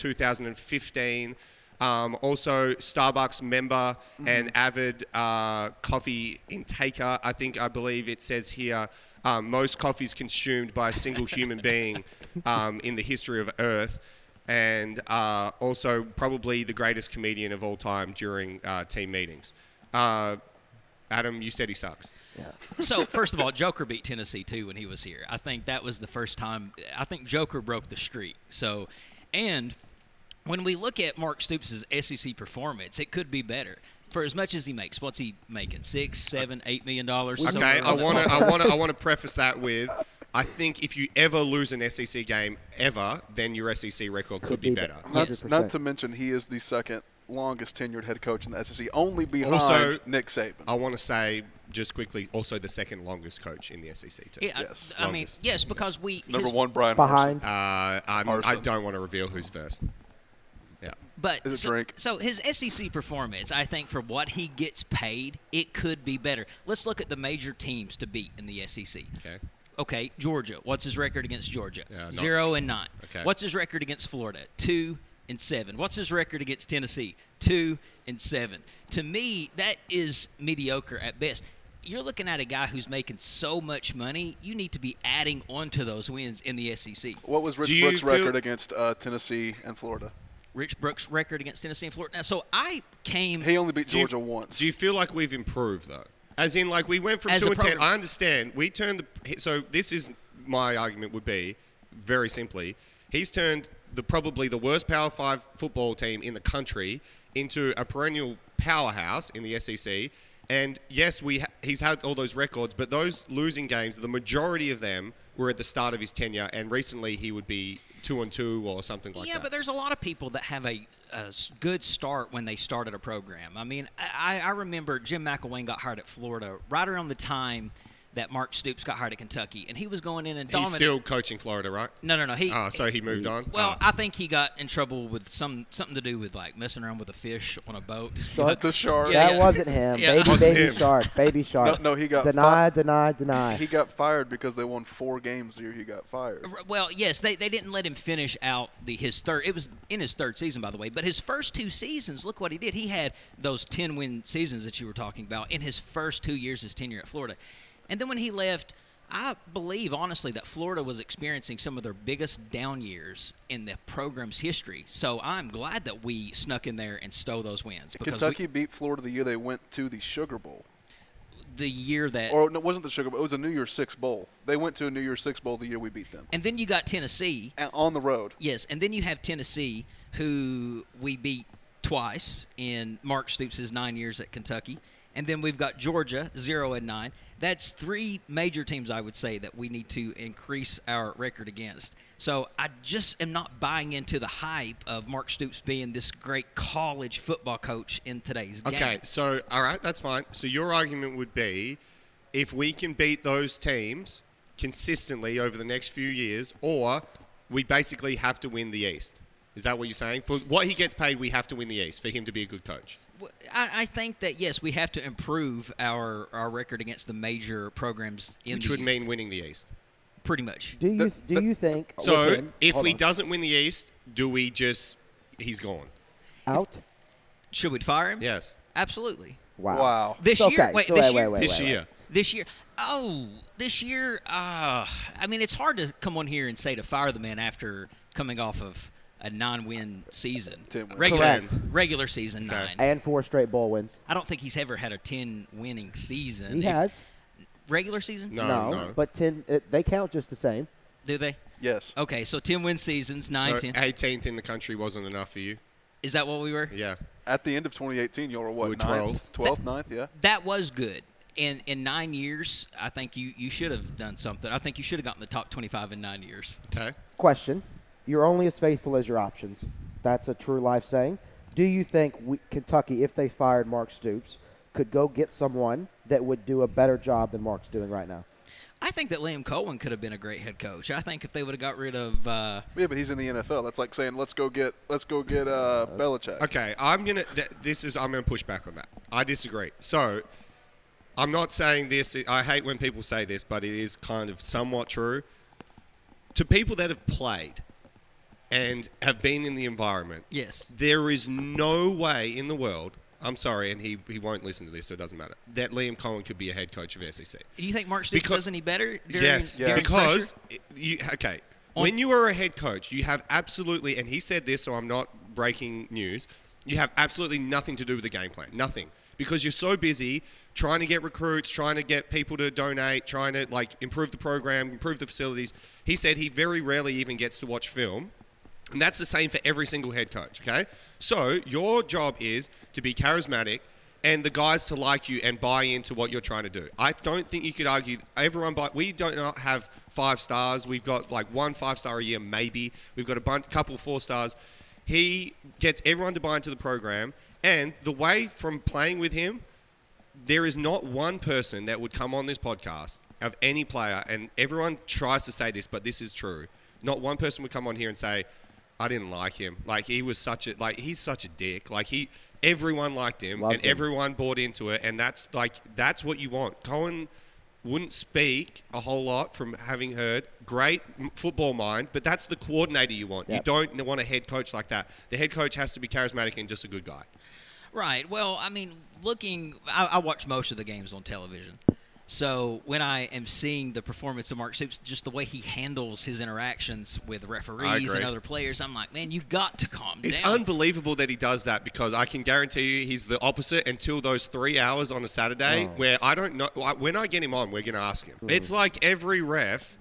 [SPEAKER 4] 2015. Um, also, Starbucks member and avid uh, coffee intaker. I think I believe it says here um, most coffees consumed by a single human being um, in the history of Earth and uh, also probably the greatest comedian of all time during uh, team meetings. Uh, Adam, you said he sucks.
[SPEAKER 7] So first of all, Joker beat Tennessee too when he was here. I think that was the first time. I think Joker broke the streak. So, and when we look at Mark Stoops' SEC performance, it could be better. For as much as he makes, what's he making? Six, seven, eight million dollars.
[SPEAKER 4] Okay, I want to, I want to, I want to preface that with, I think if you ever lose an SEC game ever, then your SEC record could, be,
[SPEAKER 5] be
[SPEAKER 4] better.
[SPEAKER 6] Not,
[SPEAKER 5] Yes.
[SPEAKER 6] not to mention, he is the second longest tenured head coach in the SEC,
[SPEAKER 4] Oh,
[SPEAKER 6] only behind
[SPEAKER 4] Also-
[SPEAKER 6] Nick Saban.
[SPEAKER 4] I want to say just quickly, also the second longest coach in the SEC too.
[SPEAKER 7] Yeah, I-
[SPEAKER 6] Yes.
[SPEAKER 7] uh, I, mean,
[SPEAKER 4] Longest.
[SPEAKER 7] yes, because we
[SPEAKER 6] Number
[SPEAKER 7] his-
[SPEAKER 6] one, Brian Harsin.
[SPEAKER 5] behind.
[SPEAKER 4] Uh, I'm, I
[SPEAKER 6] Arson.
[SPEAKER 4] don't want to reveal who's first. Yeah.
[SPEAKER 7] But
[SPEAKER 6] Is it
[SPEAKER 7] so,
[SPEAKER 6] drink?
[SPEAKER 7] so his SEC performance, I think, for what he gets paid, it could be better. Let's look at the major teams to beat in the SEC.
[SPEAKER 4] Okay.
[SPEAKER 7] Okay, Georgia. What's his record against Georgia?
[SPEAKER 4] Yeah, not-
[SPEAKER 7] Zero and nine.
[SPEAKER 4] Okay.
[SPEAKER 7] What's his record against Florida? Two and seven. What's his record against Tennessee? Two and seven. To me, that is mediocre at best. You're looking at a guy who's making so much money. You need to be adding on to those wins in the E SEC.
[SPEAKER 6] What was Rich
[SPEAKER 4] Do you
[SPEAKER 6] Brooks'
[SPEAKER 4] feel-
[SPEAKER 6] record against uh, Tennessee and Florida?
[SPEAKER 7] Rich Brooks' record against Tennessee and Florida. Now, so I came.
[SPEAKER 6] He only beat
[SPEAKER 4] Do you-
[SPEAKER 6] Georgia once.
[SPEAKER 4] Do you feel like we've improved though? As in, like we went from
[SPEAKER 7] As
[SPEAKER 4] two
[SPEAKER 7] a
[SPEAKER 4] and ten.
[SPEAKER 7] program.
[SPEAKER 4] I understand. We turned the so this is my argument would be very simply, he's turned the probably the worst Power Five football team in the country into a perennial powerhouse in the SEC. And yes, we ha- he's had all those records, but those losing games, the majority of them were at the start of his tenure, and recently he would be two and two or something like
[SPEAKER 7] yeah,
[SPEAKER 4] that.
[SPEAKER 7] but there's a lot of people that have a, a s- good start when they started a program. I mean, I, I remember Jim McElwain got hired at Florida right around the time that Mark Stoops got hired at Kentucky, and he was going in and
[SPEAKER 4] he's
[SPEAKER 7] dominating.
[SPEAKER 4] still coaching Florida, right?
[SPEAKER 7] no, no, no. He
[SPEAKER 4] Ah, so he moved on.
[SPEAKER 7] Well,
[SPEAKER 4] Ah.
[SPEAKER 7] I think he got in trouble with some something to do with like messing around with a fish on a boat.
[SPEAKER 6] the shark.
[SPEAKER 7] Yeah,
[SPEAKER 5] that
[SPEAKER 7] yeah.
[SPEAKER 5] wasn't him.
[SPEAKER 7] Yeah.
[SPEAKER 5] Baby,
[SPEAKER 4] Wasn't
[SPEAKER 5] baby
[SPEAKER 4] him.
[SPEAKER 5] shark. Baby shark.
[SPEAKER 6] no, he got
[SPEAKER 5] deny,
[SPEAKER 6] fucked.
[SPEAKER 5] deny, deny.
[SPEAKER 6] He got fired because they won four games the year he got fired.
[SPEAKER 7] R- Well, yes, they, they didn't let him finish out the his third. It was in his third season, by the way. But his first two seasons, look what he did. He had those ten win seasons that you were talking about in his first two years his tenure at Florida, and then when he left, I believe honestly that Florida was experiencing some of their biggest down years in the program's history. So I'm glad that we snuck in there and stole those wins because we-
[SPEAKER 6] Kentucky beat Florida the year they went to the Sugar Bowl.
[SPEAKER 7] the year that
[SPEAKER 6] Or no, it wasn't the Sugar Bowl. It was a New Year's Six Bowl. They went to a New Year's Six Bowl the year we beat them.
[SPEAKER 7] and then you got Tennessee.
[SPEAKER 6] And on the road.
[SPEAKER 7] Yes, and then you have Tennessee, who we beat twice in Mark Stoops' nine years at Kentucky, and then we've got Georgia zero and nine. That's three major teams I would say that we need to increase our record against. So I just am not buying into the hype of Mark Stoops being this great college football coach in today's game.
[SPEAKER 4] Okay, so all right, that's fine. So your argument would be, if we can beat those teams consistently over the next few years, or we basically have to win the East. Is that what you're saying? For what he gets paid, we have to win the East for him to be a good coach.
[SPEAKER 7] W- I, I think that yes, we have to improve our our record against the major programs in
[SPEAKER 4] Which
[SPEAKER 7] the
[SPEAKER 4] would
[SPEAKER 7] East,
[SPEAKER 4] mean winning the East.
[SPEAKER 7] pretty much.
[SPEAKER 5] do you do you think?
[SPEAKER 4] So
[SPEAKER 5] listen,
[SPEAKER 4] if
[SPEAKER 5] Uh, hold
[SPEAKER 4] he
[SPEAKER 5] on.
[SPEAKER 4] doesn't win the East, do we just he's gone?
[SPEAKER 5] out,
[SPEAKER 7] Should we fire him?
[SPEAKER 4] Yes.
[SPEAKER 7] absolutely.
[SPEAKER 5] wow.
[SPEAKER 6] Wow.
[SPEAKER 7] This
[SPEAKER 5] Okay,
[SPEAKER 7] year, wait,
[SPEAKER 5] so
[SPEAKER 7] this
[SPEAKER 5] wait,
[SPEAKER 7] year,
[SPEAKER 5] wait, wait.
[SPEAKER 4] this year.
[SPEAKER 7] this year. Oh, this year. Uh, I mean, it's hard to come on here and say to fire the man after coming off of a nine-win season,
[SPEAKER 6] Ten wins.
[SPEAKER 7] regular
[SPEAKER 4] Correct.
[SPEAKER 7] regular season nine.
[SPEAKER 5] And four straight bowl wins.
[SPEAKER 7] I don't think he's ever had a ten-winning season.
[SPEAKER 5] He has.
[SPEAKER 7] regular season.
[SPEAKER 4] No,
[SPEAKER 5] no,
[SPEAKER 4] no.
[SPEAKER 5] but ten. It, they count just the same.
[SPEAKER 7] Do they?
[SPEAKER 6] Yes.
[SPEAKER 7] Okay, so ten-win seasons, nine,
[SPEAKER 4] so
[SPEAKER 7] ten.
[SPEAKER 4] 18th in the country wasn't enough for you.
[SPEAKER 7] Is that what we were?
[SPEAKER 4] Yeah.
[SPEAKER 6] At the end of 2018, you were what?
[SPEAKER 4] We were
[SPEAKER 6] 12th. 12th, 9th, yeah.
[SPEAKER 7] That was good. In in nine years, I think you you should have done something. I think you should have gotten the top twenty-five in nine years.
[SPEAKER 4] Okay.
[SPEAKER 5] Question: You're only as faithful as your options. That's a true life saying. Do you think we, Kentucky, if they fired Mark Stoops, could go get someone that would do a better job than Mark's doing right now?
[SPEAKER 7] I think that Liam Cohen could have been a great head coach. I think if they would have got rid of uh,
[SPEAKER 6] Yeah, but he's in the NFL. That's like saying, let's go get, let's go get uh, Belichick.
[SPEAKER 4] Okay, I'm gonna. Th- this is. I'm gonna push back on that. I disagree. So, I'm not saying this. I hate when people say this, but it is kind of somewhat true. To people that have played and have been in the environment,
[SPEAKER 7] Yes.
[SPEAKER 4] there is no way in the world. I'm sorry, and he, he won't listen to this, so it doesn't matter. That Liam Cohen could be a head coach of E SEC.
[SPEAKER 7] Do you think Mark Stoops
[SPEAKER 4] Because-
[SPEAKER 7] does any better? During,
[SPEAKER 4] Yes,
[SPEAKER 7] during
[SPEAKER 4] because
[SPEAKER 7] pressure?
[SPEAKER 4] it- you okay. When you are a head coach, you have absolutely, and he said this, so I'm not breaking news. You have absolutely nothing to do with the game plan, nothing, because you're so busy trying to get recruits, trying to get people to donate, trying to like improve the program, improve the facilities. He said he very rarely even gets to watch film. And that's the same for every single head coach, okay? So your job is to be charismatic and the guys to like you and buy into what you're trying to do. I don't think you could argue everyone buy we don't not have five stars. We've got like one five star a year maybe. We've got a bunch, couple four stars. He gets everyone to buy into the program and the way from playing with him there is not one person that would come on this podcast of any player, and everyone tries to say this, but this is true. Not one person would come on here and say, "I didn't like him. Like he was such a like he's such a dick. Like he." Everyone liked him,
[SPEAKER 5] Loved
[SPEAKER 4] and
[SPEAKER 5] him.
[SPEAKER 4] everyone bought into it, and that's like that's what you want. Cohen wouldn't speak a whole lot from having heard great m- football mind, but that's the coordinator you want.
[SPEAKER 5] Yep.
[SPEAKER 4] You don't want a head coach like that. The head coach has to be charismatic and just a good guy.
[SPEAKER 7] Right. Well, I mean, looking, I, I watch most of the games on television. So when I am seeing the performance of Mark Stoops, just the way he handles his interactions with referees and
[SPEAKER 4] agree.
[SPEAKER 7] other players, I'm like, man, you've got to calm
[SPEAKER 4] It's
[SPEAKER 7] down.
[SPEAKER 4] unbelievable that he does that because I can guarantee you he's the opposite until those three hours on a Saturday where I don't know. I- When I get him on, we're going to ask him. It's like every ref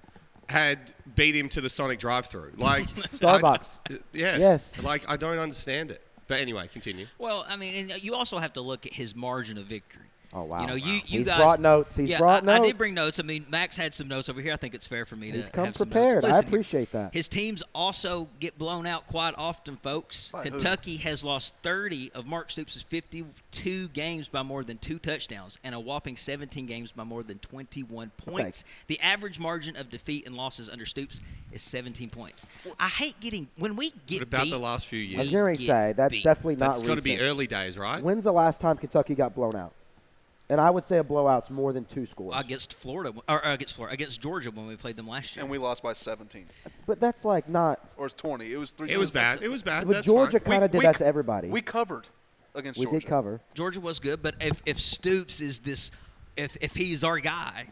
[SPEAKER 4] had beat him to the Sonic drive-through. Like
[SPEAKER 5] Starbucks.
[SPEAKER 4] I- uh, yes.
[SPEAKER 5] Yes.
[SPEAKER 4] Like I don't understand it. But anyway, continue.
[SPEAKER 7] Well, I mean, and you also have to look at his margin of victory.
[SPEAKER 5] Oh, wow.
[SPEAKER 7] You know, you,
[SPEAKER 5] Wow.
[SPEAKER 7] you
[SPEAKER 5] He's
[SPEAKER 7] guys
[SPEAKER 5] brought notes. He's
[SPEAKER 7] yeah,
[SPEAKER 5] brought
[SPEAKER 7] I, I did
[SPEAKER 5] notes.
[SPEAKER 7] bring notes. I mean, Max had some notes over here. I think it's fair for me
[SPEAKER 5] He's
[SPEAKER 7] to
[SPEAKER 5] come
[SPEAKER 7] have some
[SPEAKER 5] prepared. I
[SPEAKER 7] notes. Listen,
[SPEAKER 5] appreciate that.
[SPEAKER 7] His teams also get blown out quite often, folks.
[SPEAKER 6] By who?
[SPEAKER 7] Kentucky has lost 30 of Mark Stoops' 52 games by more than two touchdowns, and a whopping 17 games by more than 21 points. The average margin of defeat and losses under Stoops is 17 points. I hate getting when we get
[SPEAKER 4] What about
[SPEAKER 7] beat,
[SPEAKER 4] the last few
[SPEAKER 5] I
[SPEAKER 4] years?
[SPEAKER 5] was
[SPEAKER 7] Again,
[SPEAKER 5] going to
[SPEAKER 7] Get
[SPEAKER 5] say that's
[SPEAKER 7] beat.
[SPEAKER 5] definitely not.
[SPEAKER 4] That's got to be
[SPEAKER 5] recent.
[SPEAKER 4] early days, right?
[SPEAKER 5] When's the last time Kentucky got blown out? And I would say a blowout's more than two scores.
[SPEAKER 7] against Florida or or against Florida against Georgia when we played them last year.
[SPEAKER 6] And we lost by 17.
[SPEAKER 5] but that's like not.
[SPEAKER 6] Or it's 20. It was three.
[SPEAKER 4] it was bad. It was bad.
[SPEAKER 5] But
[SPEAKER 4] That's
[SPEAKER 5] Georgia
[SPEAKER 4] fine.
[SPEAKER 6] We-
[SPEAKER 5] kind of did
[SPEAKER 6] we
[SPEAKER 5] that
[SPEAKER 6] c-
[SPEAKER 5] to everybody.
[SPEAKER 6] We covered against
[SPEAKER 5] We
[SPEAKER 6] Georgia.
[SPEAKER 5] did cover.
[SPEAKER 7] Georgia was good, but if, if Stoops is this, if if he's our guy,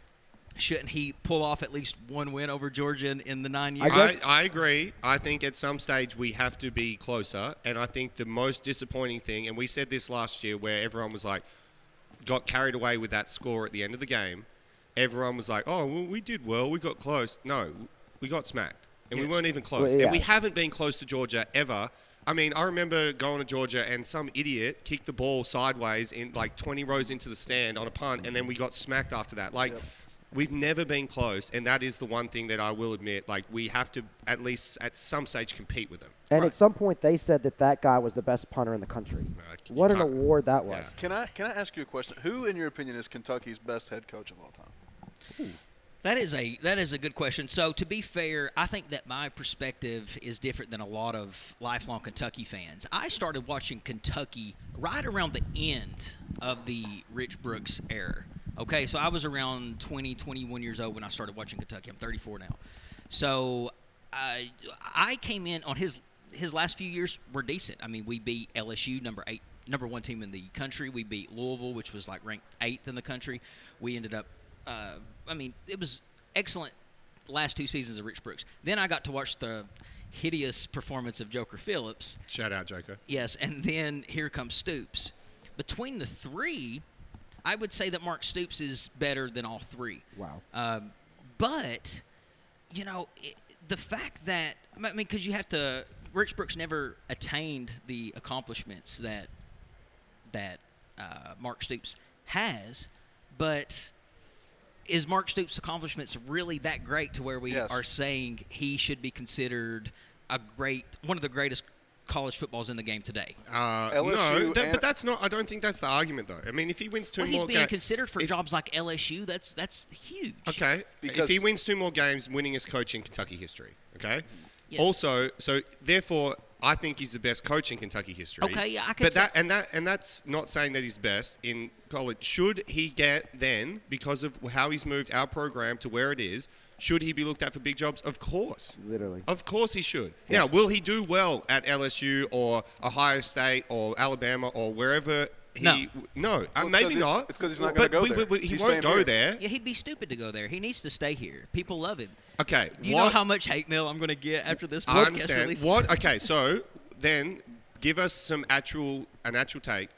[SPEAKER 7] shouldn't he pull off at least one win over Georgia in, in the nine years?
[SPEAKER 4] I, I agree. I think at some stage we have to be closer. And I think the most disappointing thing, and we said this last year where everyone was like, got carried away with that score at the end of the game. Everyone was like, oh, well, we did well. We got close. No, we got smacked. And we weren't even close.
[SPEAKER 5] Well, yeah.
[SPEAKER 4] And we haven't been close to Georgia ever. I mean, I remember going to Georgia and some idiot kicked the ball sideways in like 20 rows into the stand on a punt, and then we got smacked after that. Like, we've never been close, and that is the one thing that I will admit. Like, we have to at least at some stage compete with them.
[SPEAKER 5] And at some point, they said that that guy was the best punter in the country.
[SPEAKER 4] c-
[SPEAKER 5] What an
[SPEAKER 4] can't-
[SPEAKER 5] award that was!
[SPEAKER 4] yeah.
[SPEAKER 6] Can I can I ask you a question? Who, in your opinion, is Kentucky's best head coach of all time?
[SPEAKER 7] That is a that is a good question. So to be fair, I think that my perspective is different than a lot of lifelong Kentucky fans. I started watching Kentucky right around the end of the Rich Brooks era. Okay, so I was around 20, 21 years old when I started watching Kentucky. I'm 34 now. So I I came in on his his last few years were decent. I mean, we beat LSU, number eight, number one team in the country. We beat Louisville, which was like ranked eighth in the country. We ended up, uh, I mean, it was excellent last two seasons of Rich Brooks. Then I got to watch the hideous performance of Joker Phillips.
[SPEAKER 4] Shout out, Joker.
[SPEAKER 7] Yes, and then here comes Stoops. Between the three, I would say that Mark Stoops is better than all three.
[SPEAKER 5] Wow.
[SPEAKER 7] Um, but you know, it, the fact that I mean, because you have to, Rich Brooks never attained the accomplishments that that uh, Mark Stoops has, but. Is Mark Stoops' accomplishments really that great to where we
[SPEAKER 6] Yes.
[SPEAKER 7] are saying he should be considered a great, one of the greatest college footballs in the game today?
[SPEAKER 4] Uh, no,
[SPEAKER 6] LSU
[SPEAKER 4] that,
[SPEAKER 6] and-
[SPEAKER 4] but that's not. I don't think that's the argument, though. I mean, if he wins two
[SPEAKER 7] Well,
[SPEAKER 4] more,
[SPEAKER 7] he's being
[SPEAKER 4] ga-
[SPEAKER 7] considered for
[SPEAKER 4] if-
[SPEAKER 7] jobs like LSU. That's that's huge.
[SPEAKER 4] Okay.
[SPEAKER 6] Because-
[SPEAKER 4] if he wins two more games, winning is coach in Kentucky history. Okay.
[SPEAKER 7] Yes.
[SPEAKER 4] Also, so therefore, I think he's the best coach in Kentucky history.
[SPEAKER 7] Okay, yeah, I can
[SPEAKER 4] But
[SPEAKER 7] say-
[SPEAKER 4] that and that and that's not saying that he's best in college. Should he get then because of how he's moved our program to where it is? Should he be looked at for big jobs? Of course.
[SPEAKER 5] Literally.
[SPEAKER 4] Of course he should. Now, will he do well at LSU or Ohio State or Alabama or wherever? He,
[SPEAKER 7] No.
[SPEAKER 4] no, uh,
[SPEAKER 6] Well, it's 'cause
[SPEAKER 4] maybe
[SPEAKER 6] he-
[SPEAKER 4] not.
[SPEAKER 6] it's 'cause he's not gonna
[SPEAKER 4] But
[SPEAKER 6] go
[SPEAKER 4] we-
[SPEAKER 6] there.
[SPEAKER 4] we- we- he
[SPEAKER 6] He's
[SPEAKER 4] won't
[SPEAKER 6] staying
[SPEAKER 4] go
[SPEAKER 6] here.
[SPEAKER 4] there.
[SPEAKER 7] Yeah, he'd be stupid to go there. He needs to stay here. People love him.
[SPEAKER 4] Okay,
[SPEAKER 7] Do you know
[SPEAKER 4] what-
[SPEAKER 7] how much hate mail I'm going to get after this
[SPEAKER 4] I
[SPEAKER 7] podcast
[SPEAKER 4] understand.
[SPEAKER 7] release?
[SPEAKER 4] What? Okay, so then give us some actual an actual take.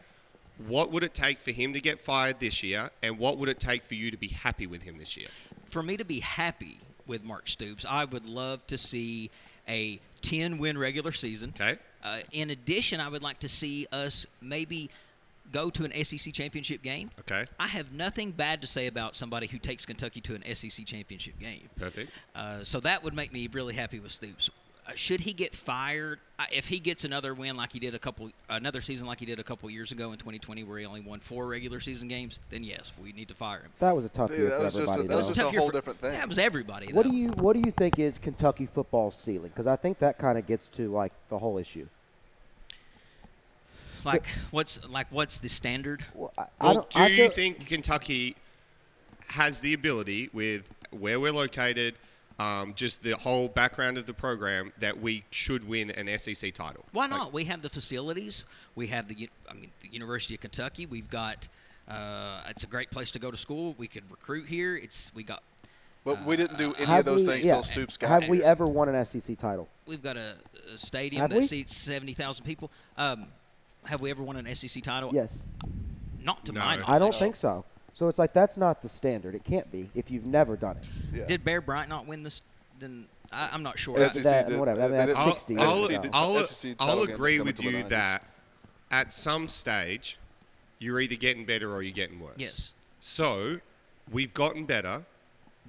[SPEAKER 4] What would it take for him to get fired this year, and what would it take for you to be happy with him this year?
[SPEAKER 7] for me to be happy with Mark Stoops, I would love to see a 10 win regular season.
[SPEAKER 4] Okay.
[SPEAKER 7] Uh, in addition, I would like to see us maybe go to an SEC championship game.
[SPEAKER 4] Okay.
[SPEAKER 7] I have nothing bad to say about somebody who takes Kentucky to an SEC championship game.
[SPEAKER 4] Perfect.
[SPEAKER 7] Uh, so that would make me really happy with Stoops. Uh, Should he get fired? I- If he gets another win like he did a couple, another season like he did a couple years ago in 2020, where he only won four regular season games, then yes, we need to fire him.
[SPEAKER 5] That was a tough
[SPEAKER 6] Dude,
[SPEAKER 5] year
[SPEAKER 6] that
[SPEAKER 5] for
[SPEAKER 6] was just a-
[SPEAKER 5] everybody.
[SPEAKER 6] that was
[SPEAKER 5] though.
[SPEAKER 6] just a
[SPEAKER 7] Tough year
[SPEAKER 6] whole
[SPEAKER 7] for-
[SPEAKER 6] different thing.
[SPEAKER 7] Yeah, it was everybody.
[SPEAKER 5] What
[SPEAKER 7] though.
[SPEAKER 5] do you What do you think is Kentucky football's ceiling? Because I think that kind of gets to like the whole issue.
[SPEAKER 7] like what's like what's the standard
[SPEAKER 5] I, I
[SPEAKER 4] Well,
[SPEAKER 5] don't,
[SPEAKER 4] do
[SPEAKER 5] I
[SPEAKER 4] you
[SPEAKER 5] feel-
[SPEAKER 4] think Kentucky has the ability, with where we're located, um, just the whole background of the program, that we should win an SEC title?
[SPEAKER 7] why not we have the facilities we have the u- i mean the university of kentucky we've got uh, it's a great place to go to school we could recruit here it's we got
[SPEAKER 6] But we didn't do any
[SPEAKER 5] have
[SPEAKER 6] of those
[SPEAKER 5] we-
[SPEAKER 6] things
[SPEAKER 5] yeah,
[SPEAKER 6] till Stoops got
[SPEAKER 5] Have
[SPEAKER 6] here.
[SPEAKER 5] we ever won an SEC title?
[SPEAKER 7] we've got a, a stadium
[SPEAKER 5] Have
[SPEAKER 7] that
[SPEAKER 5] we?
[SPEAKER 7] seats 70,000 people um, have we ever won an sec title
[SPEAKER 5] Yes.
[SPEAKER 7] not to
[SPEAKER 4] No.
[SPEAKER 7] my knowledge
[SPEAKER 5] I don't think so. So it's like that's not the standard. It can't be if you've never done it.
[SPEAKER 6] Yeah.
[SPEAKER 7] did bear bryant not win this then I, i'm not sure
[SPEAKER 6] That's-
[SPEAKER 7] I-
[SPEAKER 6] SEC
[SPEAKER 5] That-
[SPEAKER 6] did-
[SPEAKER 5] whatever.
[SPEAKER 6] uh,
[SPEAKER 5] I mean,
[SPEAKER 6] that
[SPEAKER 5] that's
[SPEAKER 6] is-
[SPEAKER 4] I'll,
[SPEAKER 5] 60.
[SPEAKER 4] I'll,
[SPEAKER 5] so.
[SPEAKER 6] did- E
[SPEAKER 4] I'll,
[SPEAKER 6] SEC title
[SPEAKER 4] I'll
[SPEAKER 6] game
[SPEAKER 4] agree
[SPEAKER 6] coming
[SPEAKER 4] with
[SPEAKER 6] to the
[SPEAKER 4] you
[SPEAKER 6] Lions.
[SPEAKER 4] that at some stage, you're either getting better or you're getting worse.
[SPEAKER 7] Yes.
[SPEAKER 4] So we've gotten better.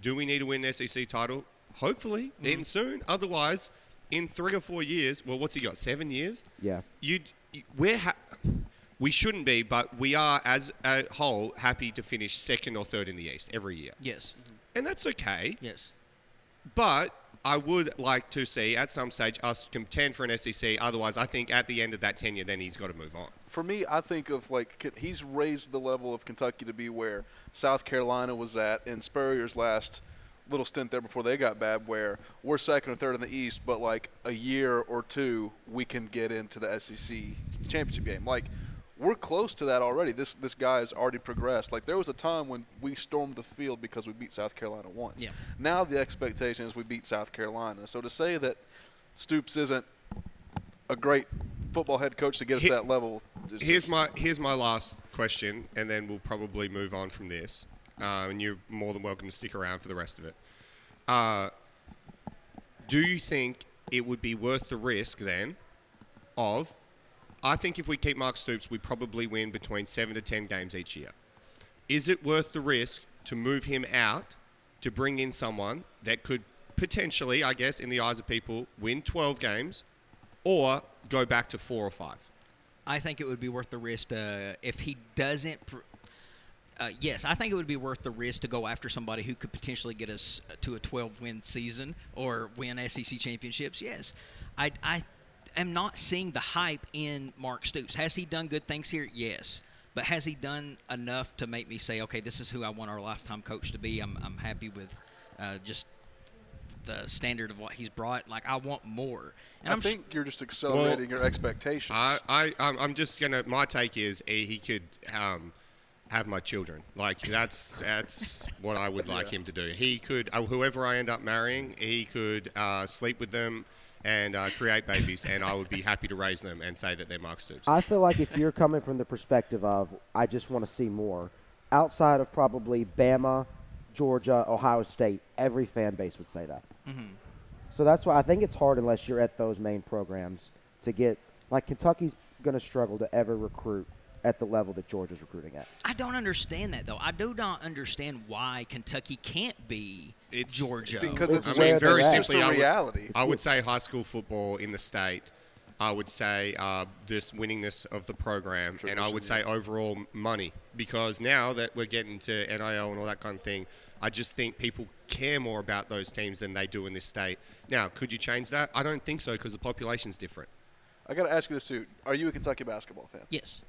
[SPEAKER 4] Do we need to win the SEC title? Hopefully,
[SPEAKER 6] Mm.
[SPEAKER 4] and soon. Otherwise, in three or four years, well, what's he got? Seven years?
[SPEAKER 5] Yeah.
[SPEAKER 4] You'd, you, we're ha- we shouldn't be, but we are as a whole happy to finish second or third in the East every year,
[SPEAKER 7] yes
[SPEAKER 4] and that's okay.
[SPEAKER 7] yes
[SPEAKER 4] But I would like to see at some stage us contend for an SEC. Otherwise, I think at the end of that tenure, then he's got to move on.
[SPEAKER 6] for me, I think of like K- he's raised the level of Kentucky to be where South Carolina was at in Spurrier's last little stint there before they got bad, where we're second or third in the East, but like a year or two, we can get into the SEC championship game. Like we're close to that already. This this guy has already progressed. Like there was a time when we stormed the field because we beat South Carolina once.
[SPEAKER 7] Yeah.
[SPEAKER 6] Now the expectation is we beat South Carolina. So to say that Stoops isn't a great football head coach to get us
[SPEAKER 4] He-
[SPEAKER 6] to that level is
[SPEAKER 4] Here's my here's my last question, and then we'll probably move on from this. Uh, and you're more than welcome to stick around for the rest of it. Uh, do you think it would be worth the risk then? Of, I think if we keep Mark Stoops, we probably win between seven to ten games each year. Is it worth the risk to move him out to bring in someone that could potentially, I guess, in the eyes of people, win twelve games, or go back to four or five?
[SPEAKER 7] I think it would be worth the risk uh, if he doesn't. Pr- uh, yes, I think it would be worth the risk to go after somebody who could potentially get us to a 12 win season or win SEC championships. Yes, I, I am not seeing the hype in Mark Stoops. Has he done good things here? Yes. But has he done enough to make me say, okay, this is who I want our lifetime coach to be? I'm, I'm happy with uh, just the standard of what he's brought. Like, I want more. And
[SPEAKER 6] I
[SPEAKER 7] I'm s-
[SPEAKER 6] think you're just accelerating your expectations.
[SPEAKER 4] I, I, I'm- I'm just gonna. My take is eh, he could um, have my children. Like that's that's what I would like him to do. He could, uh, whoever I end up marrying, he could uh, sleep with them and uh, create babies, and I would be happy to raise them and say that they're Mark Stoops.
[SPEAKER 5] I feel like if you're coming from the perspective of I just want to see more, outside of probably Bama, Georgia, Ohio State, every fan base would say that.
[SPEAKER 4] Mm-hmm.
[SPEAKER 5] So that's why I think it's hard unless you're at those main programs to get like Kentucky's going to struggle to ever recruit at the level that Georgia's recruiting at.
[SPEAKER 7] I don't understand that though. I do not understand why Kentucky can't be
[SPEAKER 4] It's-
[SPEAKER 7] Georgia.
[SPEAKER 6] because
[SPEAKER 5] It's
[SPEAKER 6] it's,
[SPEAKER 4] I
[SPEAKER 5] where
[SPEAKER 4] mean,
[SPEAKER 5] they're
[SPEAKER 4] very
[SPEAKER 5] at.
[SPEAKER 4] simply,
[SPEAKER 6] It's
[SPEAKER 4] I
[SPEAKER 6] the
[SPEAKER 4] would,
[SPEAKER 6] reality.
[SPEAKER 4] I would say high school football in the state. I would say uh, this winningness of the program, and I would say overall money, because now that we're getting to NIL and all that kind of thing, I just think people care more about those teams than they do in this state. Now, could you change that? I don't think so, because the population's different.
[SPEAKER 6] I got to ask you this too: Are you a Kentucky basketball fan?
[SPEAKER 7] yes,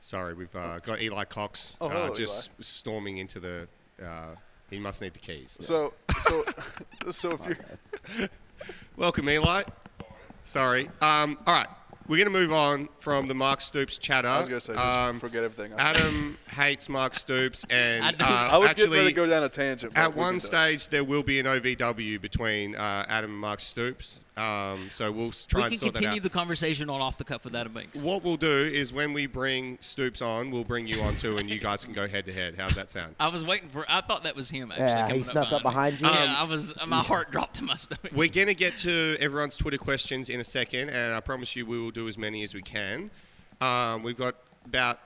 [SPEAKER 4] Sorry, we've uh, got Eli Cox
[SPEAKER 6] Oh,
[SPEAKER 4] uh,
[SPEAKER 6] hello,
[SPEAKER 4] just storming into the. Uh, he must need the keys.
[SPEAKER 6] So, so, so if you're
[SPEAKER 4] Welcome, Eli. Sorry. Um, all right. We're going to move on from the Mark Stoops chatter. I
[SPEAKER 6] was gonna say, just forget everything.
[SPEAKER 4] Adam hates Mark Stoops, and uh,
[SPEAKER 6] I was
[SPEAKER 4] actually,
[SPEAKER 6] getting ready to go down a tangent. but
[SPEAKER 4] at
[SPEAKER 6] we can
[SPEAKER 4] one
[SPEAKER 6] do it.
[SPEAKER 4] stage, there will be an OVW between uh, Adam and Mark Stoops. Um, so we'll s- try
[SPEAKER 7] We
[SPEAKER 4] and
[SPEAKER 7] can
[SPEAKER 4] sort that
[SPEAKER 7] continue
[SPEAKER 4] out.
[SPEAKER 7] the conversation on off the cuff with Adam Banks.
[SPEAKER 4] what we'll do is when we bring Stoops on, we'll bring you on too, and you guys can go head to head. How's that sound?
[SPEAKER 7] I was waiting for. I thought that was him. Actually,
[SPEAKER 5] Yeah, he
[SPEAKER 7] coming
[SPEAKER 5] snuck up
[SPEAKER 7] me.
[SPEAKER 5] behind you.
[SPEAKER 4] Um,
[SPEAKER 7] Yeah, I was. My heart dropped to my stomach.
[SPEAKER 4] We're going to get to everyone's Twitter questions in a second, and I promise you we will do as many as we can. Um, we've got about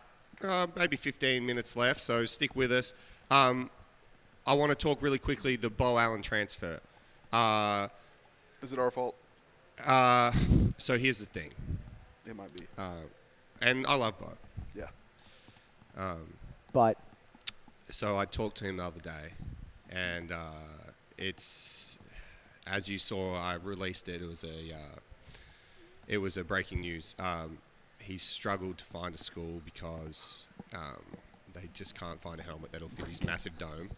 [SPEAKER 4] uh, maybe 15 minutes left, so stick with us. Um, I want to talk really quickly the Bo Allen transfer. Uh,
[SPEAKER 6] Is it our fault?
[SPEAKER 4] so here's the thing,
[SPEAKER 6] It might be.
[SPEAKER 4] Oh. and I love Bo.
[SPEAKER 6] yeah.
[SPEAKER 5] But
[SPEAKER 4] So I talked to him the other day, and uh, it's as you saw, I released it. It was a uh, it was a breaking news. Um, he struggled to find a school because um, they just can't find a helmet that'll fit his massive dome,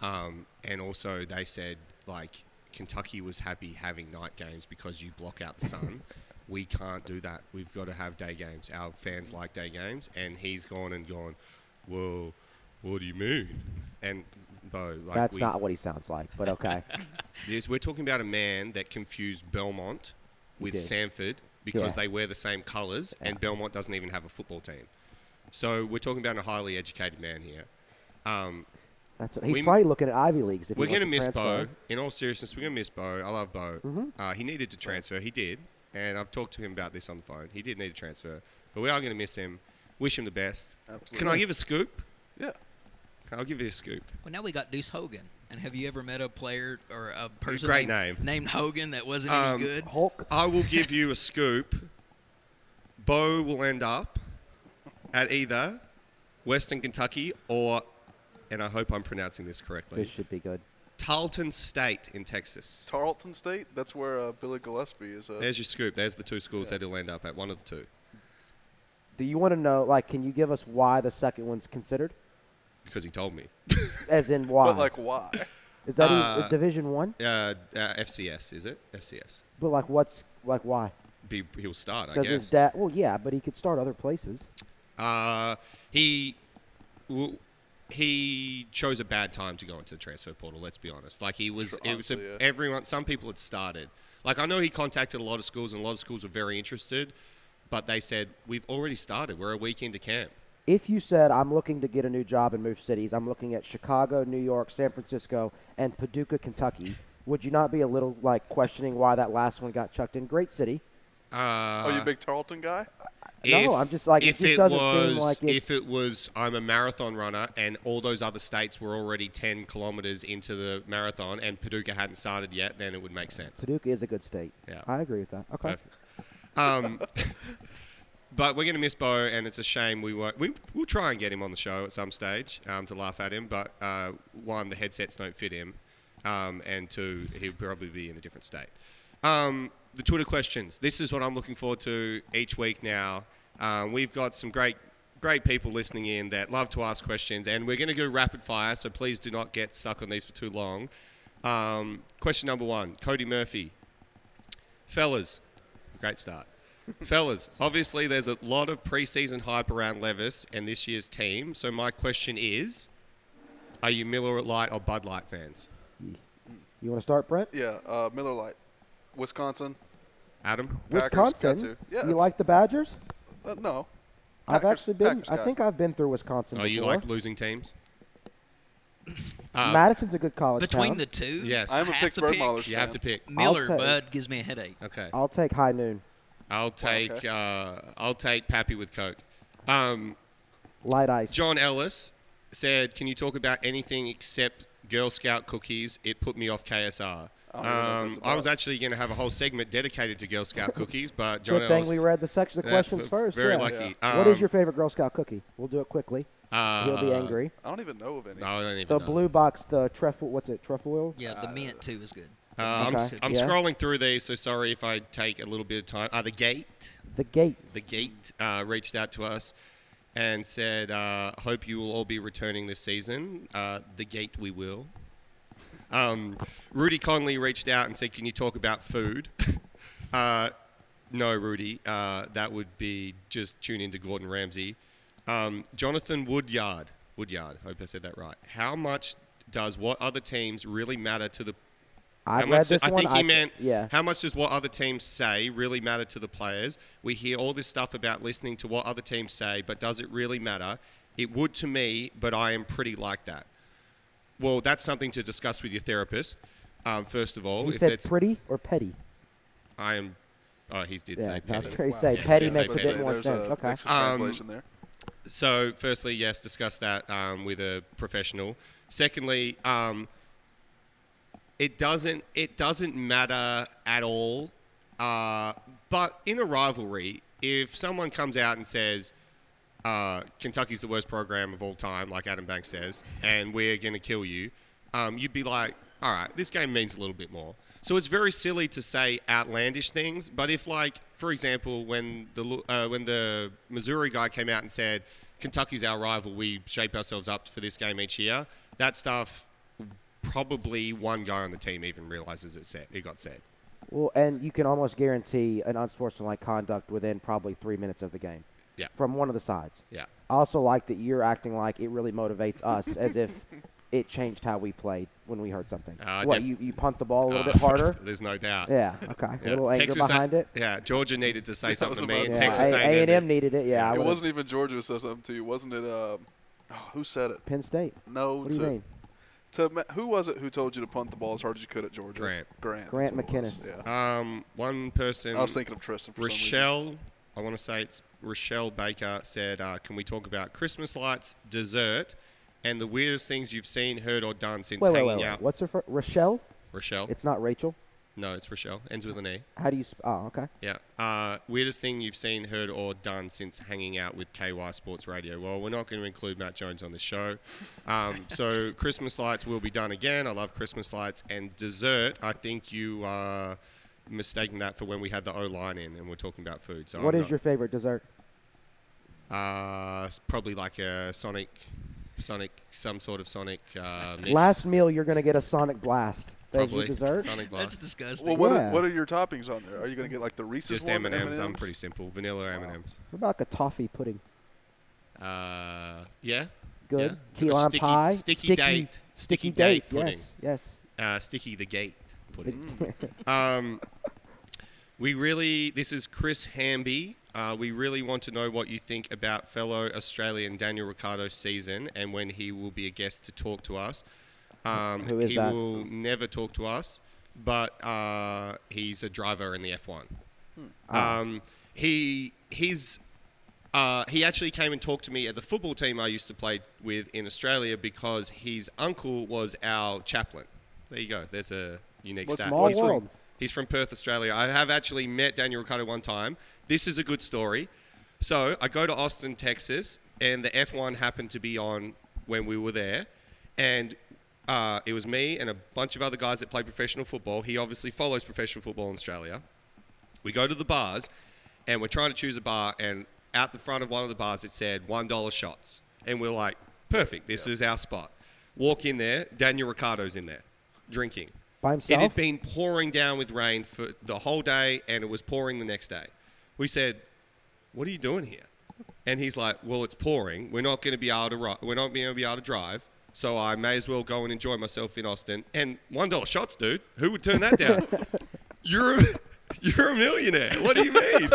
[SPEAKER 4] um, and also they said like Kentucky was happy having night games because you block out the sun. We can't do that. We've got to have day games. Our fans like day games, and he's gone and gone. Well, what do you mean? And Bo, like
[SPEAKER 5] that's
[SPEAKER 4] we,
[SPEAKER 5] not what he sounds like. But okay.
[SPEAKER 4] this, we're talking about a man that confused Belmont with
[SPEAKER 5] did.
[SPEAKER 4] Sanford because
[SPEAKER 5] Yeah.
[SPEAKER 4] they wear the same colours, and Belmont doesn't even have a football team. So we're talking about a highly educated man here.
[SPEAKER 5] That's what, he's
[SPEAKER 4] We-
[SPEAKER 5] probably looking at Ivy Leagues. If he
[SPEAKER 4] We're going to
[SPEAKER 5] wants
[SPEAKER 4] miss
[SPEAKER 5] to
[SPEAKER 4] Bo.
[SPEAKER 5] transfer.
[SPEAKER 4] In all seriousness, we're going to miss Bo. I love Bo. Uh, he needed to transfer. He did. And I've talked to him about this on the phone. He did need to transfer. But we are going to miss him. Wish him the best. Can I give a scoop?
[SPEAKER 6] Yeah.
[SPEAKER 4] I'll give you a scoop.
[SPEAKER 7] Well, now we got Deuce Hogan. And have you ever met a player or a person
[SPEAKER 4] Great name.
[SPEAKER 7] named,
[SPEAKER 4] Um,
[SPEAKER 7] named Hogan that wasn't any good?
[SPEAKER 5] Hulk.
[SPEAKER 4] I will give you a scoop. Bo will end up at either Western Kentucky or, and I hope I'm pronouncing this
[SPEAKER 5] This
[SPEAKER 4] correctly,
[SPEAKER 5] should be good.
[SPEAKER 4] Tarleton State in Texas.
[SPEAKER 6] Tarleton State. That's where uh, Billy Gillespie is. Uh,
[SPEAKER 4] There's your scoop. There's the two schools that he'll end up at. One of the two.
[SPEAKER 5] Do you want to know? Like, can you give us why the second one's considered?
[SPEAKER 4] Because he told me.
[SPEAKER 5] As in why?
[SPEAKER 6] but like, why?
[SPEAKER 5] is that even- is Division One?
[SPEAKER 4] Uh, uh, FCS, is it? FCS.
[SPEAKER 5] But like, what's like why?
[SPEAKER 4] Be, he'll start, I
[SPEAKER 5] Because his
[SPEAKER 4] guess.
[SPEAKER 5] dad. Well, yeah, but he could start other places.
[SPEAKER 4] Uh, he w- he chose a bad time to go into the transfer portal. Let's be honest. Like he was, it was a,
[SPEAKER 6] Honestly, yeah.
[SPEAKER 4] everyone. Some people had started. Like I know he contacted a lot of schools, and a lot of schools were very interested, but they said we've already started. We're a week into camp.
[SPEAKER 5] If you said I'm looking to get a new job and move cities, I'm looking at Chicago, New York, San Francisco, and Paducah, Kentucky. Would you not be a little like questioning why that last one got chucked in? Great city.
[SPEAKER 4] Uh,
[SPEAKER 6] Are you a big Tarleton guy?
[SPEAKER 5] No, I'm just like, it
[SPEAKER 4] if
[SPEAKER 5] just doesn't
[SPEAKER 4] was
[SPEAKER 5] seem like it's-
[SPEAKER 4] if it was I'm a marathon runner and all those other states were already 10 kilometers into the marathon and Paducah hadn't started yet, then it would make sense.
[SPEAKER 5] Paducah is a good state.
[SPEAKER 4] Yeah.
[SPEAKER 5] I agree with that. Okay.
[SPEAKER 4] Perfect. Um, but we're going to miss Bo, and it's a shame we won't. We, we'll try and get him on the show at some stage um, to laugh at him, but uh, one, the headsets don't fit him, um, and two, he'll probably be in a different state. Um, the Twitter questions. This is what I'm looking forward to each week now. Um, we've got some great. Great people listening in that love to ask questions, and we're going to go rapid fire, so please do not get stuck on these for too long. Um, question number one Cody Murphy, Fellas, great start. Fellas, obviously there's a lot of preseason hype around Levis and this year's team. So my question is, are you Miller Light or Bud Light fans?
[SPEAKER 5] You want to start, Brent?
[SPEAKER 6] Yeah. Uh, Miller Lite, Wisconsin.
[SPEAKER 4] Adam?
[SPEAKER 6] Packers got
[SPEAKER 5] Wisconsin.
[SPEAKER 6] to. Yeah,
[SPEAKER 5] you
[SPEAKER 6] that's-
[SPEAKER 5] like the Badgers?
[SPEAKER 6] Uh, no.
[SPEAKER 5] I've
[SPEAKER 6] Packers-
[SPEAKER 5] actually been.
[SPEAKER 6] Packers
[SPEAKER 5] I
[SPEAKER 6] guy.
[SPEAKER 5] think I've been through Wisconsin
[SPEAKER 4] Are
[SPEAKER 5] before.
[SPEAKER 4] Oh, you like uh, losing teams?
[SPEAKER 5] Madison's a good college
[SPEAKER 7] Between
[SPEAKER 5] town.
[SPEAKER 7] the two,
[SPEAKER 4] Yes.
[SPEAKER 6] I'm a
[SPEAKER 7] Half the
[SPEAKER 6] Pittsburgh
[SPEAKER 7] pick.
[SPEAKER 6] Maulers
[SPEAKER 4] You
[SPEAKER 6] fan.
[SPEAKER 4] have to pick.
[SPEAKER 7] Miller
[SPEAKER 5] take-
[SPEAKER 7] Bud gives me a headache.
[SPEAKER 4] Okay.
[SPEAKER 5] I'll take High Noon.
[SPEAKER 4] I'll take uh, I'll take Pappy with Coke. Um,
[SPEAKER 5] Light Ice.
[SPEAKER 4] John Ellis said, "Can you talk about anything except Girl Scout cookies? It put me off KSR."
[SPEAKER 5] Oh,
[SPEAKER 4] Um, I was actually going to have a whole segment dedicated to Girl Scout cookies, but John
[SPEAKER 5] Good
[SPEAKER 4] Ellis.
[SPEAKER 5] thing we read the section of
[SPEAKER 4] Yeah,
[SPEAKER 5] questions
[SPEAKER 4] f-
[SPEAKER 5] first.
[SPEAKER 4] very
[SPEAKER 5] yeah.
[SPEAKER 4] lucky.
[SPEAKER 5] what is
[SPEAKER 4] Um, Uh,
[SPEAKER 5] your favorite Girl Scout cookie? We'll do it quickly. He'll be angry.
[SPEAKER 6] I don't even know of any.
[SPEAKER 4] No, I don't even
[SPEAKER 5] The
[SPEAKER 4] know.
[SPEAKER 5] blue box, the trefoil. What's it? Trefoil.
[SPEAKER 7] Yeah, the mint too is good.
[SPEAKER 4] Uh, I'm, s-
[SPEAKER 5] Okay.
[SPEAKER 4] I'm
[SPEAKER 5] Yeah.
[SPEAKER 4] scrolling through these, so sorry if I take a little bit of time. Uh, the Gate,
[SPEAKER 5] The gate.
[SPEAKER 4] the Gate uh, reached out to us and said, uh, "Hope you will all be returning this season." Uh, the Gate, we will. Um, Rudy Conley reached out and said, "Can you talk about food?" uh, no, Rudy, uh, that would be just tune into Gordon Ramsay. Um, Jonathan Woodyard, Woodyard, hope I said that right. How much does what other teams really matter to the? how
[SPEAKER 5] I read
[SPEAKER 4] much,
[SPEAKER 5] this
[SPEAKER 4] I
[SPEAKER 5] one,
[SPEAKER 4] think
[SPEAKER 5] I-
[SPEAKER 4] he meant.
[SPEAKER 5] yeah.
[SPEAKER 4] How much does what other teams say really matter to the players? We hear all this stuff about listening to what other teams say, but does it really matter? It would to me, but I am pretty like that. Well, that's something to discuss with your therapist. Um, first of all,
[SPEAKER 5] You
[SPEAKER 4] if
[SPEAKER 5] said
[SPEAKER 4] that's
[SPEAKER 5] pretty or petty?
[SPEAKER 4] I am. Oh, he did
[SPEAKER 5] Yeah,
[SPEAKER 4] say
[SPEAKER 5] I was
[SPEAKER 4] petty.
[SPEAKER 5] gonna say
[SPEAKER 4] Yeah, he
[SPEAKER 5] petty
[SPEAKER 4] did say
[SPEAKER 5] makes a
[SPEAKER 4] petty.
[SPEAKER 5] bit more
[SPEAKER 6] there's a
[SPEAKER 5] sense. Okay.
[SPEAKER 6] Nexus
[SPEAKER 4] Um,
[SPEAKER 6] translation there.
[SPEAKER 4] So, firstly, yes, discuss that um, with a professional. Secondly, um, it doesn't it doesn't matter at all. Uh, but in a rivalry, if someone comes out and says uh, Kentucky's the worst program of all time, like Adam Banks says, and we're going to kill you, um, you'd be like, all right, this game means a little bit more. So it's very silly to say outlandish things, but if, like, for example, when the Lu- uh, when the Missouri guy came out and said Kentucky's our rival, we shape ourselves up for this game each year, that stuff probably one guy on the team even realizes it said it got said.
[SPEAKER 5] Well, and you can almost guarantee an unsportsmanlike conduct within probably three minutes of the game.
[SPEAKER 4] Yeah.
[SPEAKER 5] From one of the sides.
[SPEAKER 4] Yeah.
[SPEAKER 5] I also like that you're acting like it really motivates us as if it changed how we played when we heard something.
[SPEAKER 4] Uh,
[SPEAKER 5] what,
[SPEAKER 4] def-
[SPEAKER 5] you, you punt the ball a little
[SPEAKER 4] Uh,
[SPEAKER 5] bit harder?
[SPEAKER 4] There's no doubt.
[SPEAKER 5] Yeah, okay. A
[SPEAKER 4] Yeah,
[SPEAKER 5] little anger
[SPEAKER 4] Texas
[SPEAKER 5] behind it.
[SPEAKER 4] Yeah, Georgia needed to say something to
[SPEAKER 6] was
[SPEAKER 4] me,
[SPEAKER 6] about
[SPEAKER 4] and
[SPEAKER 6] to
[SPEAKER 5] Yeah,
[SPEAKER 4] Texas
[SPEAKER 5] A-
[SPEAKER 4] A&M,
[SPEAKER 5] A&M needed it. Yeah, I
[SPEAKER 6] It
[SPEAKER 5] would've-
[SPEAKER 6] wasn't even Georgia who said something to you, wasn't it? Um, oh, who said it?
[SPEAKER 5] Penn State.
[SPEAKER 6] No,
[SPEAKER 5] What do you
[SPEAKER 6] to,
[SPEAKER 5] mean?
[SPEAKER 6] to Ma- who was it who told you to punt the ball as hard as you could at Georgia?
[SPEAKER 4] Grant.
[SPEAKER 6] Grant.
[SPEAKER 5] Grant
[SPEAKER 6] that's what it was,
[SPEAKER 5] McKinnon.
[SPEAKER 6] Yeah.
[SPEAKER 4] Um, one person.
[SPEAKER 6] I was thinking of Tristan. For some reason.
[SPEAKER 4] Rochelle. I want to say it's Rochelle Baker said, uh, "Can we talk about Christmas lights, dessert, and the weirdest things you've seen, heard, or done since
[SPEAKER 5] Wait, wait,
[SPEAKER 4] hanging
[SPEAKER 5] wait, wait.
[SPEAKER 4] out?"
[SPEAKER 5] What's her first? Rochelle?
[SPEAKER 4] Rochelle.
[SPEAKER 5] It's not Rachel.
[SPEAKER 4] no, it's Rochelle. Ends with an E.
[SPEAKER 5] How do you? Sp- oh, okay.
[SPEAKER 4] Yeah. Uh, weirdest thing you've seen, heard, or done since hanging out with KY Sports Radio? Well, we're not going to include Matt Jones on the show. Um, so Christmas lights will be done again. I love Christmas lights and dessert. I think you are mistaking that for when we had the O line in and we're talking about food. So
[SPEAKER 5] What
[SPEAKER 4] I'm
[SPEAKER 5] is
[SPEAKER 4] not-
[SPEAKER 5] your favorite dessert?
[SPEAKER 4] Uh, s- probably like a Sonic, Sonic, some sort of Sonic uh, mix.
[SPEAKER 5] Last meal, you're gonna get a Sonic Blast. There's
[SPEAKER 4] probably
[SPEAKER 5] your dessert.
[SPEAKER 4] Sonic
[SPEAKER 7] That's
[SPEAKER 4] Blast.
[SPEAKER 7] disgusting.
[SPEAKER 6] Well, what,
[SPEAKER 5] Yeah.
[SPEAKER 6] are, what are your toppings on there? Are you going to get like the Reese's
[SPEAKER 4] Just
[SPEAKER 6] one?
[SPEAKER 4] M and M's. I'm pretty simple. Vanilla M and M's.
[SPEAKER 5] What about like a toffee pudding?
[SPEAKER 4] Uh, yeah.
[SPEAKER 5] Good.
[SPEAKER 4] Yeah.
[SPEAKER 5] Key
[SPEAKER 4] A
[SPEAKER 5] lime
[SPEAKER 4] sticky,
[SPEAKER 5] pie.
[SPEAKER 4] Sticky,
[SPEAKER 5] Sticky-
[SPEAKER 4] date. Sticky date
[SPEAKER 5] dates,
[SPEAKER 4] pudding.
[SPEAKER 5] Yes.
[SPEAKER 4] Uh, sticky the gate pudding. um, we really. This is Chris Hamby. Uh, we really want to know what you think about fellow Australian Daniel Ricciardo's season and when he will be a guest to talk to us. Um,
[SPEAKER 5] Who is
[SPEAKER 4] he
[SPEAKER 5] that?
[SPEAKER 4] will never talk to us, but uh, he's a driver in the F1.
[SPEAKER 5] Hmm. Ah.
[SPEAKER 4] Um, he his uh, he actually came and talked to me at the football team I used to play with in Australia because his uncle was our chaplain. There you go. There's a unique
[SPEAKER 5] What
[SPEAKER 4] stat.
[SPEAKER 5] small
[SPEAKER 4] he's
[SPEAKER 5] world.
[SPEAKER 4] From, he's from Perth, Australia. I have actually met Daniel Ricciardo one time. This is a good story. So I go to Austin, Texas, and the F1 happened to be on when we were there, and. Uh, it was me and a bunch of other guys that play professional football. He obviously follows professional football in Australia. We go to the bars and we're trying to choose a bar, and out the front of one of the bars it said $1 shots. And we're like, perfect, this is our spot. Walk in there, Daniel Ricardo's in there drinking.
[SPEAKER 5] By
[SPEAKER 4] It
[SPEAKER 5] himself?
[SPEAKER 4] had been pouring down with rain for the whole day, and it was pouring the next day. We said, what are you doing here? And he's like, well, it's pouring. We're not going to be able to ri- we're not going to be able to drive. So I may as well go and enjoy myself in Austin. And one dollar shots, dude. Who would turn that down? you're a, you're a millionaire. What do you mean?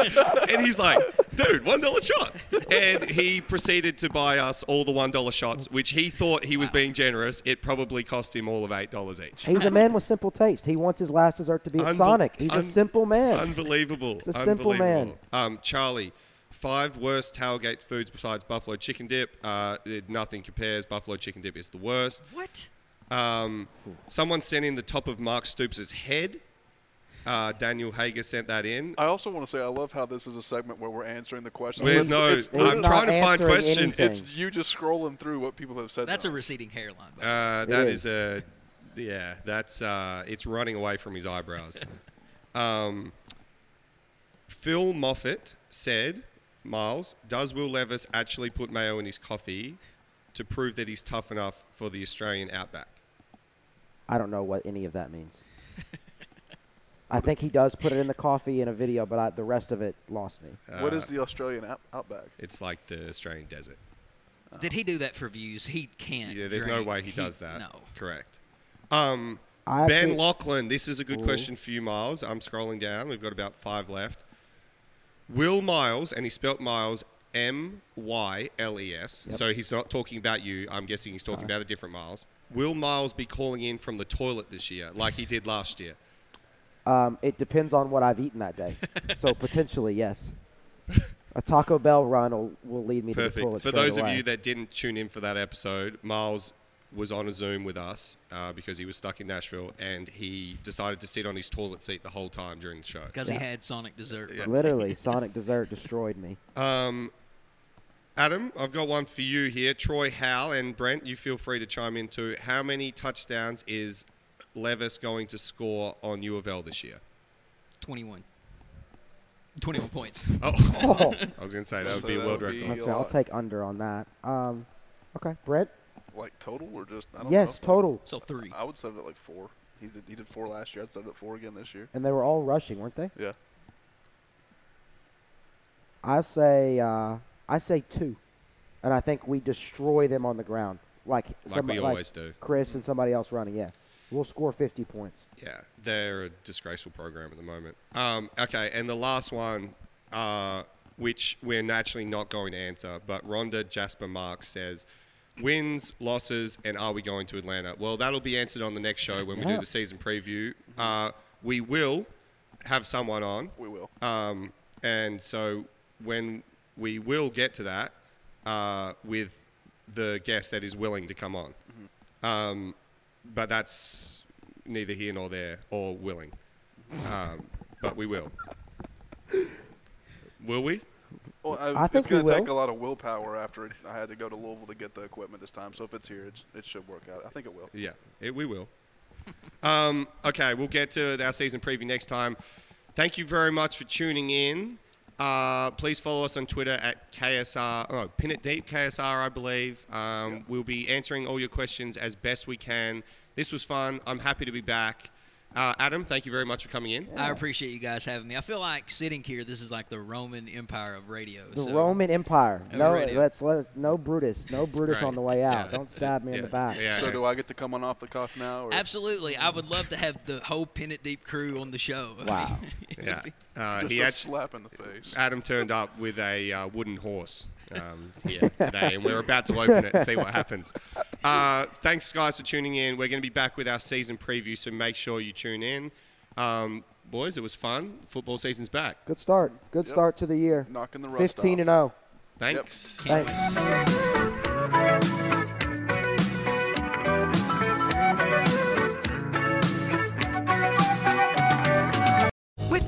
[SPEAKER 4] and he's like, dude, one dollar shots. And he proceeded to buy us all the one dollar shots, which he thought he was being generous. It probably cost him all of eight dollars each.
[SPEAKER 5] He's a man with simple taste. He wants his last dessert to be a
[SPEAKER 4] Unbe-
[SPEAKER 5] Sonic. He's a
[SPEAKER 4] un-
[SPEAKER 5] simple man.
[SPEAKER 4] Unbelievable.
[SPEAKER 5] It's a simple
[SPEAKER 4] Unbelievable. Um, Charlie, five worst tailgate foods besides buffalo chicken dip. Uh, it- nothing compares. Buffalo chicken dip is the worst.
[SPEAKER 2] What?
[SPEAKER 4] Um, someone sent in the top of Mark Stoops' head. Uh, Daniel Hager sent that in.
[SPEAKER 6] I also want to say I love how this is a segment where we're answering the questions.
[SPEAKER 4] Where's
[SPEAKER 6] It's-
[SPEAKER 4] no?
[SPEAKER 6] It's,
[SPEAKER 5] He's
[SPEAKER 4] I'm
[SPEAKER 5] not
[SPEAKER 4] trying to find
[SPEAKER 5] answering
[SPEAKER 4] questions.
[SPEAKER 5] anything.
[SPEAKER 6] it's you just scrolling through what people have said.
[SPEAKER 7] That's
[SPEAKER 6] to
[SPEAKER 7] a
[SPEAKER 6] us.
[SPEAKER 7] receding hairline. by the way.
[SPEAKER 4] Uh, that
[SPEAKER 5] is.
[SPEAKER 4] is. a yeah. That's uh, it's running away from his eyebrows. um, Phil Moffat said, "Miles, does Will Levis actually put mayo in his coffee to prove that he's tough enough for the Australian outback?"
[SPEAKER 5] I don't know what any of that means. I think he does put it in the coffee in a video, but I, the rest of it lost me.
[SPEAKER 4] Uh,
[SPEAKER 6] what is the Australian out- outback?
[SPEAKER 4] It's like the Australian desert.
[SPEAKER 7] Did he do that for views? He can't.
[SPEAKER 4] Yeah, there's
[SPEAKER 7] drink.
[SPEAKER 4] no way he does that.
[SPEAKER 7] No.
[SPEAKER 4] Correct. Um,
[SPEAKER 5] I
[SPEAKER 4] ben
[SPEAKER 5] think-
[SPEAKER 4] Lachlan, this is a good question for you, Miles. I'm scrolling down. We've got about five left. Will Miles, and he spelt Miles M Y L E S, so he's not talking about you. I'm guessing he's
[SPEAKER 5] Uh.
[SPEAKER 4] talking about a different Miles. Will Miles be calling in from the toilet this year like he did last year?
[SPEAKER 5] Um, it depends on what I've eaten that day. so potentially, yes. A Taco Bell run will, will lead me to the
[SPEAKER 4] Perfect.
[SPEAKER 5] toilet.
[SPEAKER 4] For
[SPEAKER 5] straight
[SPEAKER 4] those
[SPEAKER 5] away.
[SPEAKER 4] of you that didn't tune in for that episode, Miles was on a Zoom with us uh, because he was stuck in Nashville and he decided to sit on his toilet seat the whole time during the show.
[SPEAKER 7] Because he had Sonic dessert.
[SPEAKER 5] Literally, Sonic Dessert destroyed me.
[SPEAKER 4] Adam, I've got one for you here. Troy Howe and Brent, you feel free to chime in too. How many touchdowns is Levis going to score on U of L this year?
[SPEAKER 7] 21. 21 points.
[SPEAKER 5] Oh,
[SPEAKER 4] I was going to say that would
[SPEAKER 6] So
[SPEAKER 4] be a
[SPEAKER 6] that
[SPEAKER 4] world
[SPEAKER 6] would be-
[SPEAKER 4] record.
[SPEAKER 5] so I'll take under on that. Um, okay, Brett.
[SPEAKER 6] Like total or just? I don't
[SPEAKER 5] Yes,
[SPEAKER 6] know.
[SPEAKER 5] total.
[SPEAKER 7] So three.
[SPEAKER 6] I would set it at like four. He did, he did four last year. I'd set it at four again this year.
[SPEAKER 5] And they were all rushing, weren't they?
[SPEAKER 6] Yeah.
[SPEAKER 5] I say, uh, I say two, and I think we destroy them on the ground, like
[SPEAKER 4] we
[SPEAKER 5] somebody-
[SPEAKER 4] always do.
[SPEAKER 5] Chris and somebody else running. Yeah, we'll score fifty points.
[SPEAKER 4] Yeah, they're a disgraceful program at the moment. Um, okay, and the last one, uh, which we're naturally not going to answer, but Rhonda Jasper Marks says, wins, losses, and are we going to Atlanta? Well, that'll be answered on the next show when we do
[SPEAKER 5] Yeah.
[SPEAKER 4] the season preview. Uh, we will have someone on.
[SPEAKER 6] We will.
[SPEAKER 4] Um, and so when we will get to that uh, with the guest that is willing to come on. Um, but that's neither here nor there or willing. Um, but we will. Will we?
[SPEAKER 6] Well, I,
[SPEAKER 5] I
[SPEAKER 6] it's
[SPEAKER 5] think we
[SPEAKER 6] going to take a
[SPEAKER 5] will.
[SPEAKER 6] lot of willpower after it- I had to go to Louisville to get the equipment this time. So if it's here, it, it should work out. I think it will.
[SPEAKER 4] Yeah, it, we will. Um, okay, we'll get to our season preview next time. Thank you very much for tuning in. Uh, please follow us on Twitter at KSR, oh, Pin It Deep KSR, I believe. Um, We'll be answering all your questions as best we can. This was fun. I'm happy to be back. Uh, Adam, thank you very much for coming in.
[SPEAKER 7] I appreciate you guys having me. I feel like sitting here, this is like the Roman Empire of radio.
[SPEAKER 5] The
[SPEAKER 7] so
[SPEAKER 5] Roman Empire. No,
[SPEAKER 7] radio.
[SPEAKER 5] let's let us, no Brutus, no Brutus
[SPEAKER 4] great.
[SPEAKER 5] on the way out.
[SPEAKER 4] Yeah.
[SPEAKER 5] Don't stab me in the
[SPEAKER 4] Yeah.
[SPEAKER 5] back.
[SPEAKER 4] Yeah.
[SPEAKER 6] So do I get to come on off the cuff now? Or?
[SPEAKER 7] Absolutely. I would love to have the whole Pennant Deep crew on the show.
[SPEAKER 5] Wow.
[SPEAKER 4] Yeah. Uh,
[SPEAKER 6] Just
[SPEAKER 4] he
[SPEAKER 6] a
[SPEAKER 4] actually,
[SPEAKER 6] slap in the face.
[SPEAKER 4] Adam turned up with a uh, wooden horse um, here today, and we're about to open it and see what happens. Uh, thanks, guys, for tuning in. We're going to be back with our season preview, so make sure you tune in. Um, boys, it was fun. Football season's back.
[SPEAKER 5] Good start. Good start to the year.
[SPEAKER 6] Knocking the rust
[SPEAKER 5] Fifteen
[SPEAKER 6] off.
[SPEAKER 5] and oh. zero.
[SPEAKER 4] Thanks.
[SPEAKER 5] Thanks.
[SPEAKER 8] With